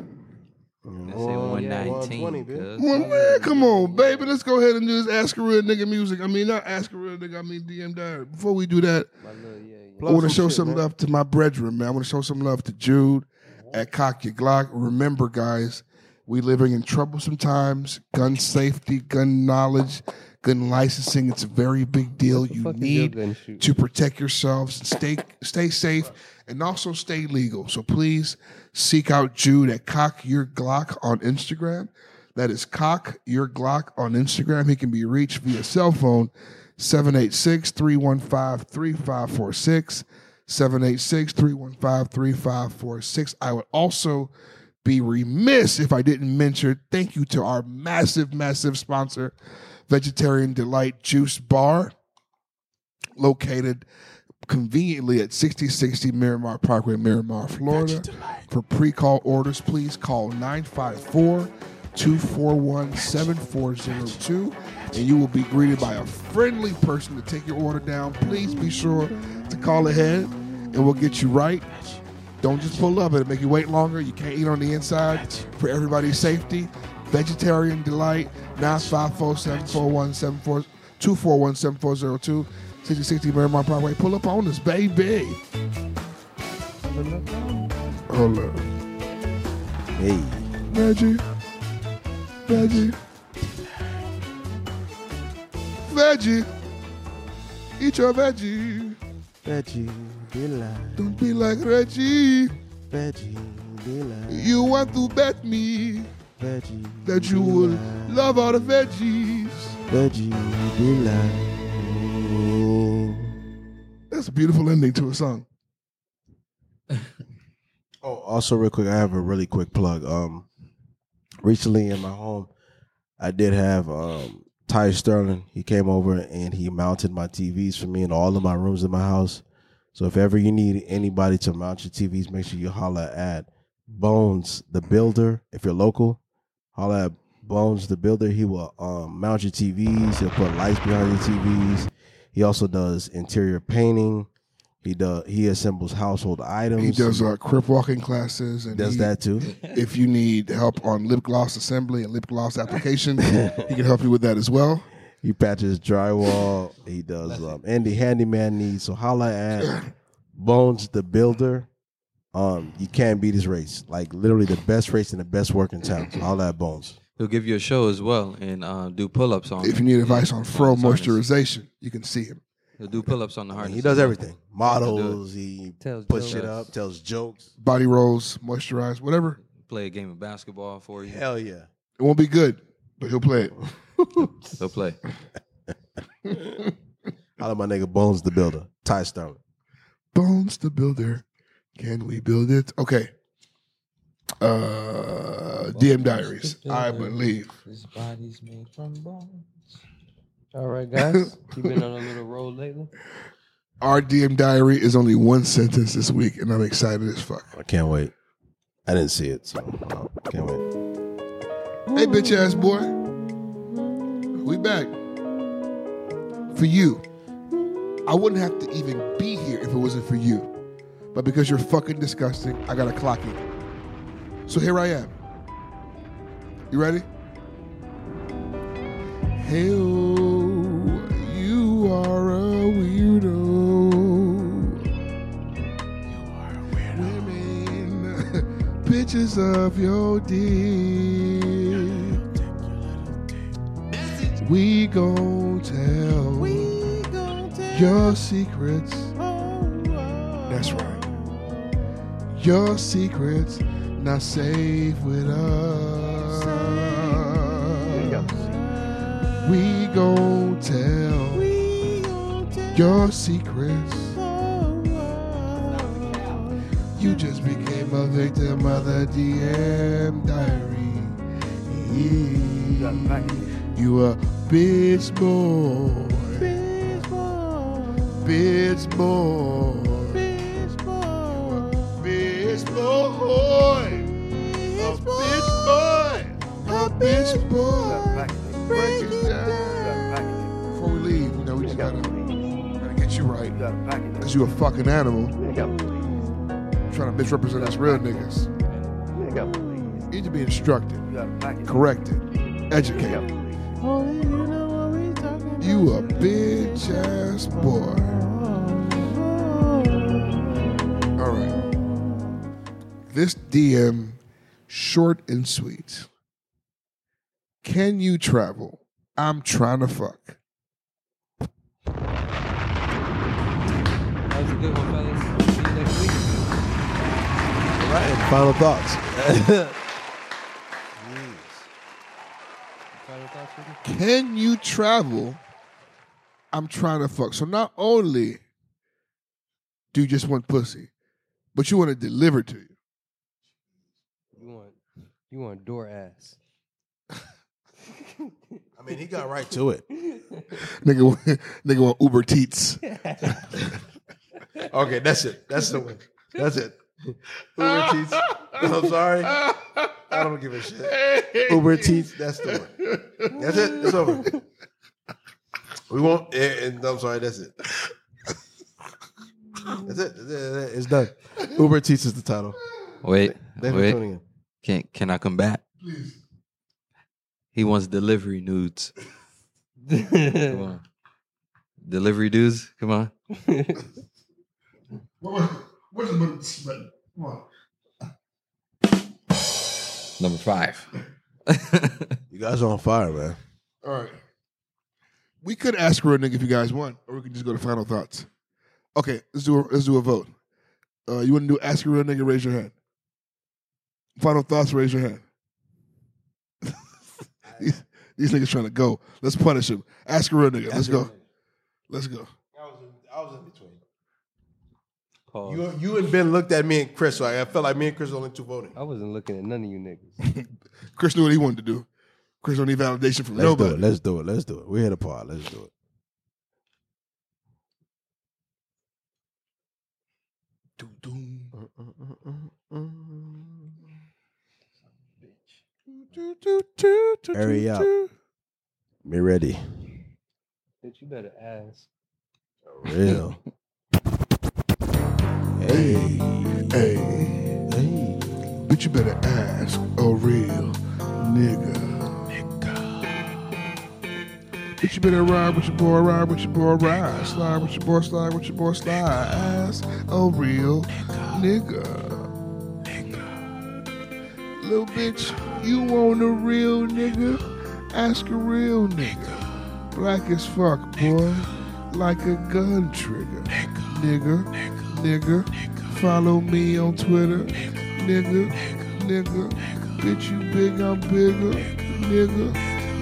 D: That's
C: That's
D: it, 119.
C: 120, bitch.
D: cuz.
B: Well, man, come on, baby. Let's go ahead and do this Ask a Real Nigga music. I mean, not Ask a Real Nigga, I mean DM Diary. Before we do that,
A: My little yeah. yeah.
B: I want to show some love to my brethren, man. I want to show some love to Jude at Cock Your Glock. Remember, guys, we living in troublesome times. Gun safety, gun knowledge, gun licensing. It's a very big deal. You
A: fuck is your gun
B: need
A: shoot?
B: to protect yourselves and stay stay safe and also stay legal. So please seek out Jude at Cock Your Glock on Instagram. That is Cock Your Glock on Instagram. He can be reached via cell phone 786 315 3546. 786 315 3546. I would also be remiss if I didn't mention thank you to our massive, massive sponsor, Vegetarian Delight Juice Bar located conveniently at 6060 Miramar Parkway, Miramar, Florida. For pre call orders, please call 954 241 7402 and you will be greeted by a friendly person to take your order down. Please be sure to call ahead and we'll get you right. Don't just pull up. It'll make you wait longer. You can't eat on the inside. For everybody's safety, Vegetarian Delight, 954 741 241 7402, 6060 Miramar Parkway. Pull up on us, baby. Hold up.
C: Hey,
B: Veggie. Veggie. Veggie. Eat your veggie.
C: Veggie Delight.
B: Don't be like Reggie.
C: Veggie Delight.
B: You want to bet me.
C: Veggie
B: that you will love all the veggies.
C: Veggie Delight.
B: That's a beautiful ending to a song.
C: Oh, also real quick, I have a really quick plug. Um, recently in my home, I did have um Ty Sterling. He came over and he mounted my TVs for me in all of my rooms in my house. So if ever you need anybody to mount your TVs, make sure you holla at Bones the Builder. If you're local, holla at Bones the Builder. He will um, mount your TVs. He'll put lights behind your TVs. He also does interior painting. He does. He assembles household items.
B: He does uh, crip walking classes and
C: does
B: he-
C: that too.
B: If you need help on lip gloss assembly and lip gloss application, he can help you with that as well.
C: He patches drywall. He does um Andy handyman needs. So holla at Bones the Builder. Um, you can't beat his race. Like literally the best race and the best work in town. So holla at Bones.
D: He'll give you a show as well and uh, do pull ups on
B: If you need advice on fro
D: Harness.
B: moisturization, you can see him.
D: He'll do pull ups on the harness.
C: he does everything. Models. He
A: Tells
C: puts shit
A: jokes.
C: up. Tells jokes.
B: Body rolls, moisturize, whatever.
D: Play a game of basketball for you.
C: Hell yeah.
B: It won't be good, but he'll play it.
D: He'll play.
C: Holla at my nigga Bones the Builder. Ty Sterling.
B: Bones the Builder. Can we build it? Okay. Uh, DM Diaries, I believe.
D: His body's made from bone.
A: All right, guys. you been on a little roll lately?
B: Our DM diary is only one sentence this week, and I'm excited as fuck.
C: I can't wait. I didn't see it, so uh, can't wait.
B: Hey, bitch ass boy. We back. For you. I wouldn't have to even be here if it wasn't for you. But because you're fucking disgusting, I gotta clock it. So here I am. You ready? Hey, you are a weirdo. Women, pictures of your dick. We gon' tell, your secrets. That's right. Your secrets not safe with us. We gon' tell, your secrets. You just became a victim of the DM diary. You a bitch boy. Bitch boy. Bitch boy. Bitch boy. boy. A bitch boy. A bitch boy. Break it down. Before we leave, you know, we just gotta, gotta get you right. Because you a fucking animal. Trying to misrepresent us real niggas. You need to be instructed, corrected, educated. You a bitch ass boy. All right. This DM, short and sweet. Can you travel? I'm trying to fuck.
D: That was a good one, fellas. See you next week.
C: Final thoughts.
D: Final thoughts, Ricky?
B: Can you travel? I'm trying to fuck. So not only do you just want pussy, but you want it delivered to you.
A: You want you want door ass.
C: I mean, he got right to it.
B: Nigga, want- nigga want Uber teats.
C: Okay, that's it. That's the one. That's it. Uber teats. I'm sorry. I don't give a shit. Uber teats. That's the one. That's it. It's over. We won't. eh, And I'm sorry. That's it. That's it. That's it. That's it. It's done. Uber teats is the title.
D: Wait,
C: Thank you for
D: wait.
C: tuning in.
D: Can can I come back? Please. He wants delivery nudes. Come on. Delivery dudes, come on. Number five.
C: You guys are on fire, man.
B: All right. We could ask real nigga if you guys want, or we could just go to final thoughts. Okay, let's do a, let's do a vote. Uh, you want to do ask a real nigga? Raise your hand. Final thoughts. Raise your hand. these, these niggas trying to go. Let's punish him. Ask a real nigga. Let's go. Let's go.
C: I was in, I was in between.
A: Pause.
C: You, you and Ben looked at me and Chris. So I felt like me and Chris were only two voting.
A: I wasn't looking at none of you niggas.
B: Chris knew what he wanted to do. Chris don't need validation from
C: Let's do
B: nobody.
C: it. Let's do it. Let's do it. We're here to part. Let's do it. Hurry up. Be ready.
A: Bitch, you better ask.
C: Real. hey.
B: Hey,
C: Hey.
B: but you better ask a real nigga. But you better ride with your boy, ride with your boy, ride. Slide with your boy, slide with your boy, slide. Ass a real nigga. Little bitch, you want a real nigga? Ask a real nigga. Black as fuck, boy. Like a gun trigger. Nigga. Nigga. Follow me on Twitter. Nigga. Nigga. Bitch, you big, I'm bigger. Nigga.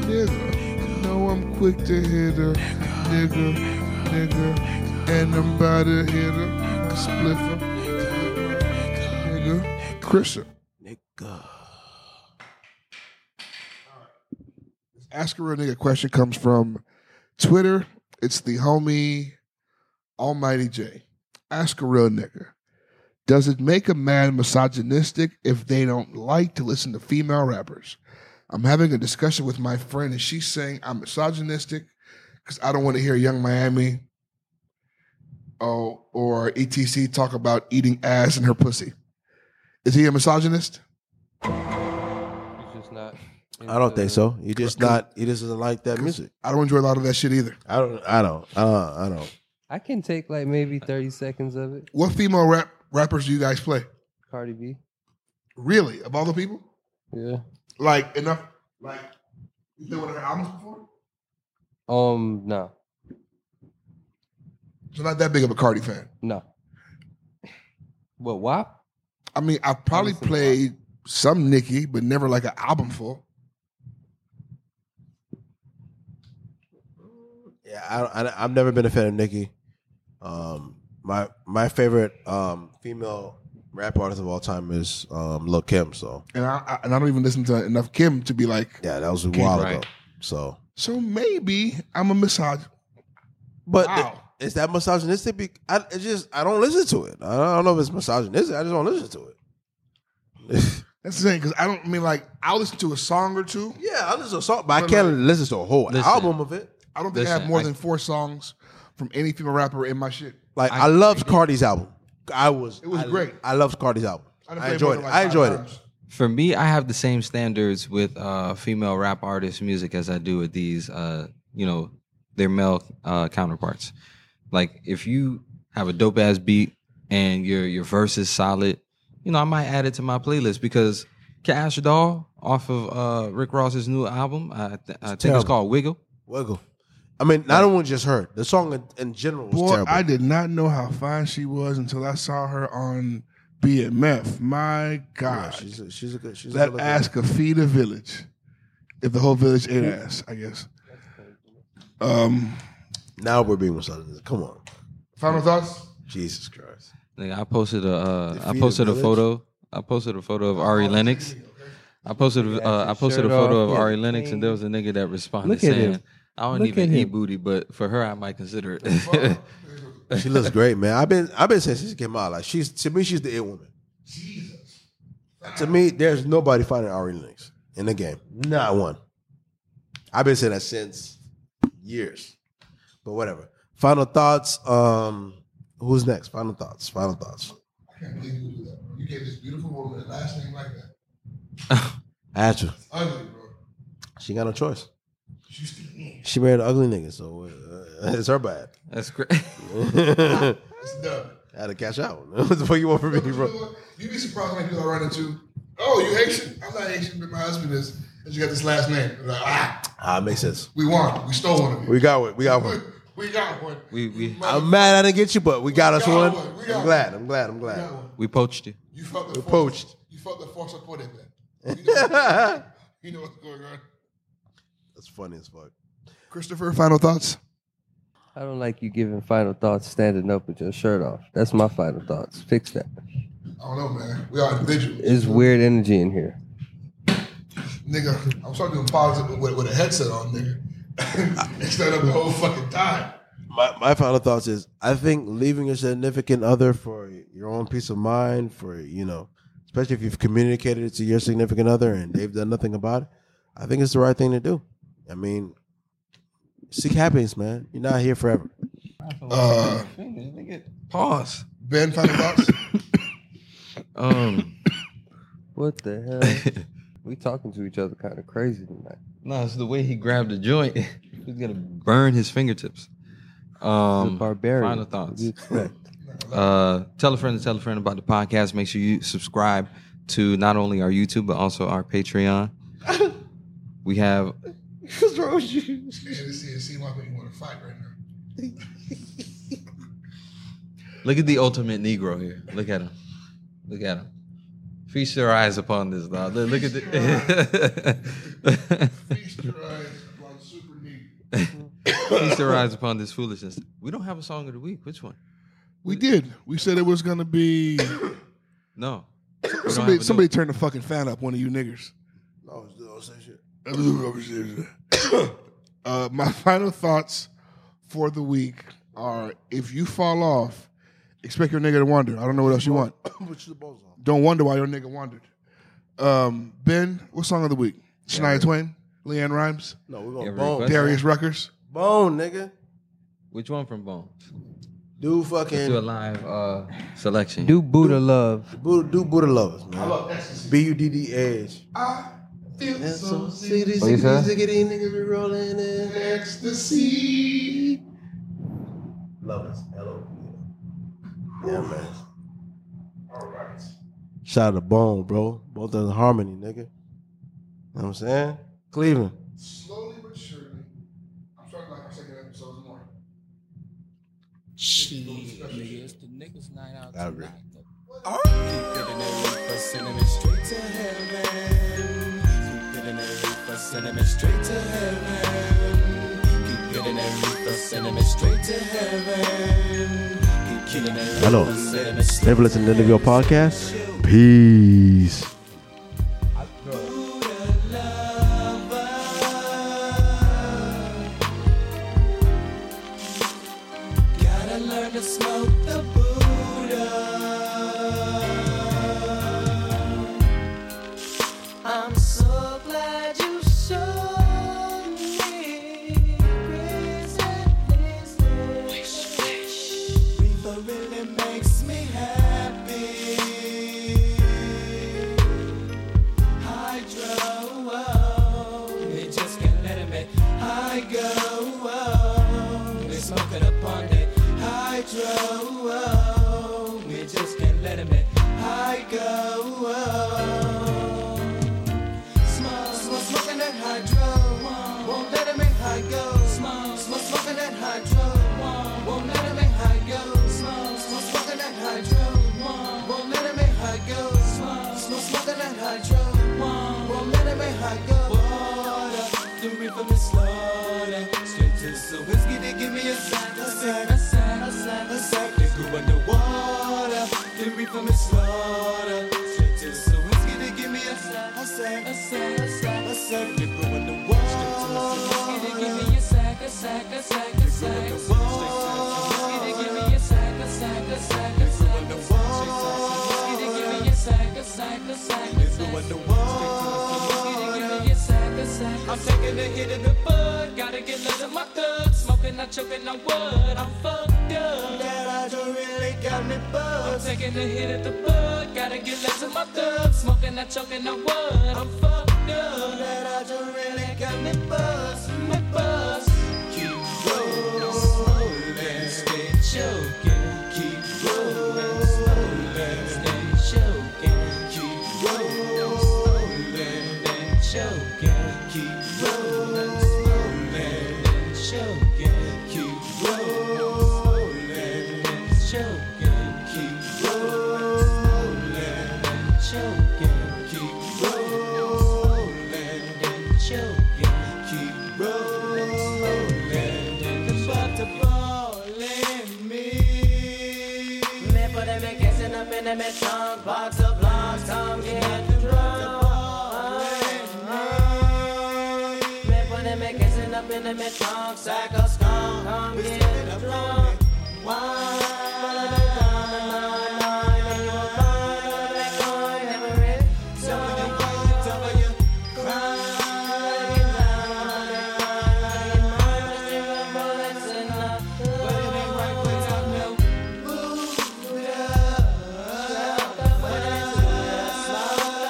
B: Nigga. No, I'm quick to hit her. Nigga. Nigga. And I'm about to hit her. Split her. Nigga. Christian. Ask a real nigga question comes from Twitter. It's the homie Almighty J. Ask a real nigga. Does it make a man misogynistic if they don't like to listen to female rappers? I'm having a discussion with my friend and she's saying I'm misogynistic because I don't want to hear Young Miami oh, or ETC talk about eating ass and her pussy. Is he a misogynist?
A: It's just not.
C: I don't think
A: into-
C: so. You just not. He just doesn't like that music.
B: I don't enjoy a lot of that shit either.
C: I don't. I don't. Uh, I don't.
A: I can take like maybe thirty seconds of it.
B: What female rap rappers do you guys play?
A: Cardi B.
B: Really? Of all the people?
A: Yeah.
B: Like enough like you played one of her albums before?
A: Um. No.
B: So not that big of a Cardi fan.
A: No. What? WAP?
B: I mean, I probably
A: Listen,
B: played some Nicki, but never like an album full.
C: Yeah, I, I, I've never been a fan of Nicki. Um, my my favorite um, female rap artist of all time is um, Lil Kim. So
B: And I, I and I don't even listen to enough Kim to be like,
C: yeah, that was a while
D: Right.
C: ago. So,
B: so maybe I'm a misog.
C: but
B: Wow.
C: is that misogynistic? Be- I it's just I don't listen to it. I don't, I don't know if it's misogynistic. I just don't listen to it.
B: That's the thing, because I don't mean like I'll listen to a song or two.
C: Yeah, I listen to a song, but I
B: But
C: can't listen to a whole
D: Listen.
C: album of it.
B: I don't think I have
D: Listen,
B: more
D: I-
B: than four songs from any female rapper in my shit.
C: Like I, loved Cardi's album. I was
B: It was
C: I-
B: great.
C: I loved Cardi's album.
B: done
C: I
B: played
C: enjoyed
B: more
C: it.
B: than, like,
C: I
B: five
C: enjoyed it.
B: times.
D: For me, I have the same standards with uh, female rap artists' music as I do with these, uh, you know, their male uh, counterparts. Like, if you have a dope ass beat and your your verse is solid, you know, I might add it to my playlist because Cash Doll off of uh, Rick Ross's new album, I, th- I think
C: terrible.
D: it's called Wiggle.
C: Wiggle. I mean, not only just her. The song in, in general was
B: Boy,
C: terrible.
B: I did not know how fine she was until I saw her on BMF. My
C: Yeah,
B: God,
C: she's a, she's a good. She's a
B: that
C: good
B: ass could feed a village if the whole village ate ass. I guess. Um,
C: Now we're being misogynistic. Come on,
B: final thoughts.
C: Jesus Christ.
D: Like, I posted a uh, I
C: Defeated
D: posted a
C: Village?
D: photo. I posted a photo of Ari Lennox.
A: Oh,
D: I posted uh, I posted a
A: shirt
D: photo
A: off,
D: of
A: yeah,
D: Ari Lennox, and there was a nigga that responded
A: Look at
D: saying,
A: him.
D: "I don't
A: Look
D: even
A: at
D: eat
A: him.
D: booty, but for her, I might consider it."
C: She looks great, man. I've been I've been saying since she came out. Like she's to me, she's the it woman. Jesus. To me, there's nobody fighting Ari Lennox in the game. Not one. I've been saying that since years. But whatever. Final thoughts. Um, who's next? Final thoughts. Final thoughts.
B: I can't believe you do that. You gave this beautiful woman a last name like that.
C: Actually,
B: Ugly, bro.
C: she got no choice. She married an ugly nigga, so uh, it's her bad.
D: That's great.
C: I
B: It's done.
C: had to cash out. what the fuck you want from me, bro?
B: You'd be surprised how many people I run into. Oh, you Haitian? I'm not Haitian, but my husband is. And you got this last name. They're Like, ah,
C: Ah, makes sense.
B: we won. We stole one of you.
C: We got one. We got one.
B: We got one.
D: We we
C: I'm mad I didn't get you, but we got us
B: got
C: one.
B: one. We got
C: I'm
B: one.
C: glad. I'm glad. I'm
B: We
C: glad.
B: got one.
D: we poached you.
B: You felt the
C: We're
B: force-
C: poached.
B: You felt the force supported that. You know, what's- you know what's going on.
C: That's funny as fuck.
B: Christopher, final thoughts.
A: I don't like you giving final thoughts standing up with your shirt off. That's my final thoughts. Fix that.
B: I don't know, man. We are individuals.
A: It's weird energy in here.
B: nigga, I'm starting to apologize with, with a headset on, nigga. Instead of the whole fucking time.
C: My, my final thoughts is I think leaving your significant other for your own peace of mind, for, you know, especially if you've communicated it to your significant other and they've done nothing about it, I think it's the right thing to do. I mean, seek happiness, man. You're not here forever.
B: Uh,
D: Pause.
B: ben, final thoughts.
D: Um,
A: What the hell? we talking to each other kind of crazy tonight.
D: no, it's the way he grabbed the joint. He's gonna burn his fingertips.
A: The
D: Um,
A: barbarian.
D: Final
A: What do
D: thoughts.
A: you expect?
D: uh, tell a friend to tell a friend about the podcast. Make sure you subscribe to not only our YouTube but also our Patreon. we have
B: You should see it seem like you want to fight right now.
D: look at the ultimate Negro here. Look at him. Look at him. Feast your eyes upon this dog. Look, look at the
B: Feast your eyes like super neat.
D: Feast your eyes upon this foolishness. We don't have a song of the week. Which one?
B: We did. We said it was gonna be
D: No. We don't have a
B: somebody.
D: new-
B: Somebody turn the fucking fan up, one of you niggers.
C: No, don't say shit.
B: uh, my final thoughts for the week are: if you fall off, expect your nigga to wander. I don't know what else you want.
C: Put your balls on.
B: Don't wonder why your nigga wandered. Um, ben, what song of the week? Shania Twain, Leanne Rhymes,
C: No, we're going
D: Every
C: to bone.
D: request.
B: Darius Ruckers.
C: Bone, nigga.
D: Which one from Bones?
C: Do
D: Do a
C: fucking.
D: live uh, selection.
A: Do Buddha love.
C: Buddha, do Buddha lovers, man. I love B U D D A H.
A: What you say?
B: Ecstasy.
C: Lovers. L O. E. Yeah, man. All right. Shout out to Bone, bro. Both of the harmony, nigga. You know what I'm saying? Cleveland.
B: Slowly but surely, I'm starting like my second episode tomorrow.
C: I agree. Hello. Never listen to the end of your podcast. Peace.
I: control. We just can't let him in. High go. Small, small, smoking that hydro. Won't let him in. High go. Small, small, smoking that hydro. Won't let him in. High go. Small, small, smoking that hydro. Won't let him in. High go. Small, small, smoking that hydro. Won't let him in. High go. Water, the reefer is slowly. Straight to the whiskey to give me a sign, a sign, a sign, a sign, a sign. They grew underwater. The reefer is slaughter. Straight to the whiskey to give me a sign, a sign, a sign, a sign, a sign. They grew underwater. Straight to the whiskey to give me a sack, a sack, a sack, a sack. They grew underwater. Whiskey to give me a sack, a sack, a sack, a sack. They grew underwater. Whiskey to give me a sack, a sack, a sack, a sack. They grew underwater. I'm taking a hit of the bud, gotta get rid of my thug. Smoking, I'm choking on wood, I'm fucked up. That I don't really got me buzzed. I'm taking a hit of the bud, gotta get rid of my thug. Smoking, I'm choking on wood, I'm fucked up. That I don't really got me buzzed, me buzzed. Keep rolling slowly, stay choking. Keep rolling slowly, stay choking. Keep rolling slowly, then choking. Keep rolling slowly, then choking. Keep rolling slowly, then choking. Keep rolling slowly, then choking. Keep rolling then choking. Keep rolling then about to fall in me. Me put him in case in a minute, me tongue, box of long tongue, he got the drum. Me put him in case in a minute, me tongue, sack of scum, come get the drum. W,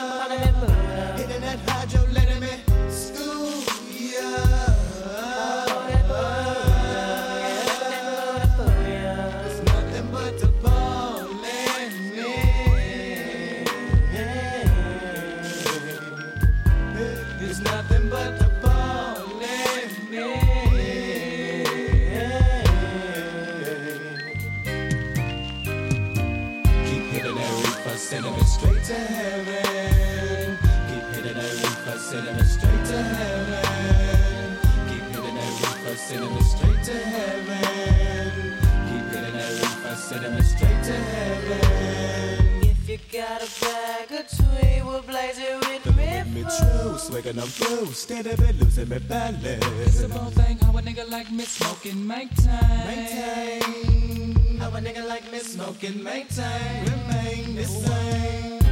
I: Hitting that hydro, letting me school ya. It's nothing but the ball and me. It's nothing but the ball and me. Keep hitting that reefer, sending it straight to heaven. Keep hitting that reefer, sending it straight to heaven. Keep hitting that reefer, sending it straight to heaven. Keep hitting that reefer, sending it straight to heaven. If you got a bag of tweed, we'll blaze it with
G: Me true, swinging I'm through, standing and losing my
I: It's
G: balance.
I: a bold thing how a nigga like me smoking make time. Make time. How a nigga like me smoking make time. Remain the same.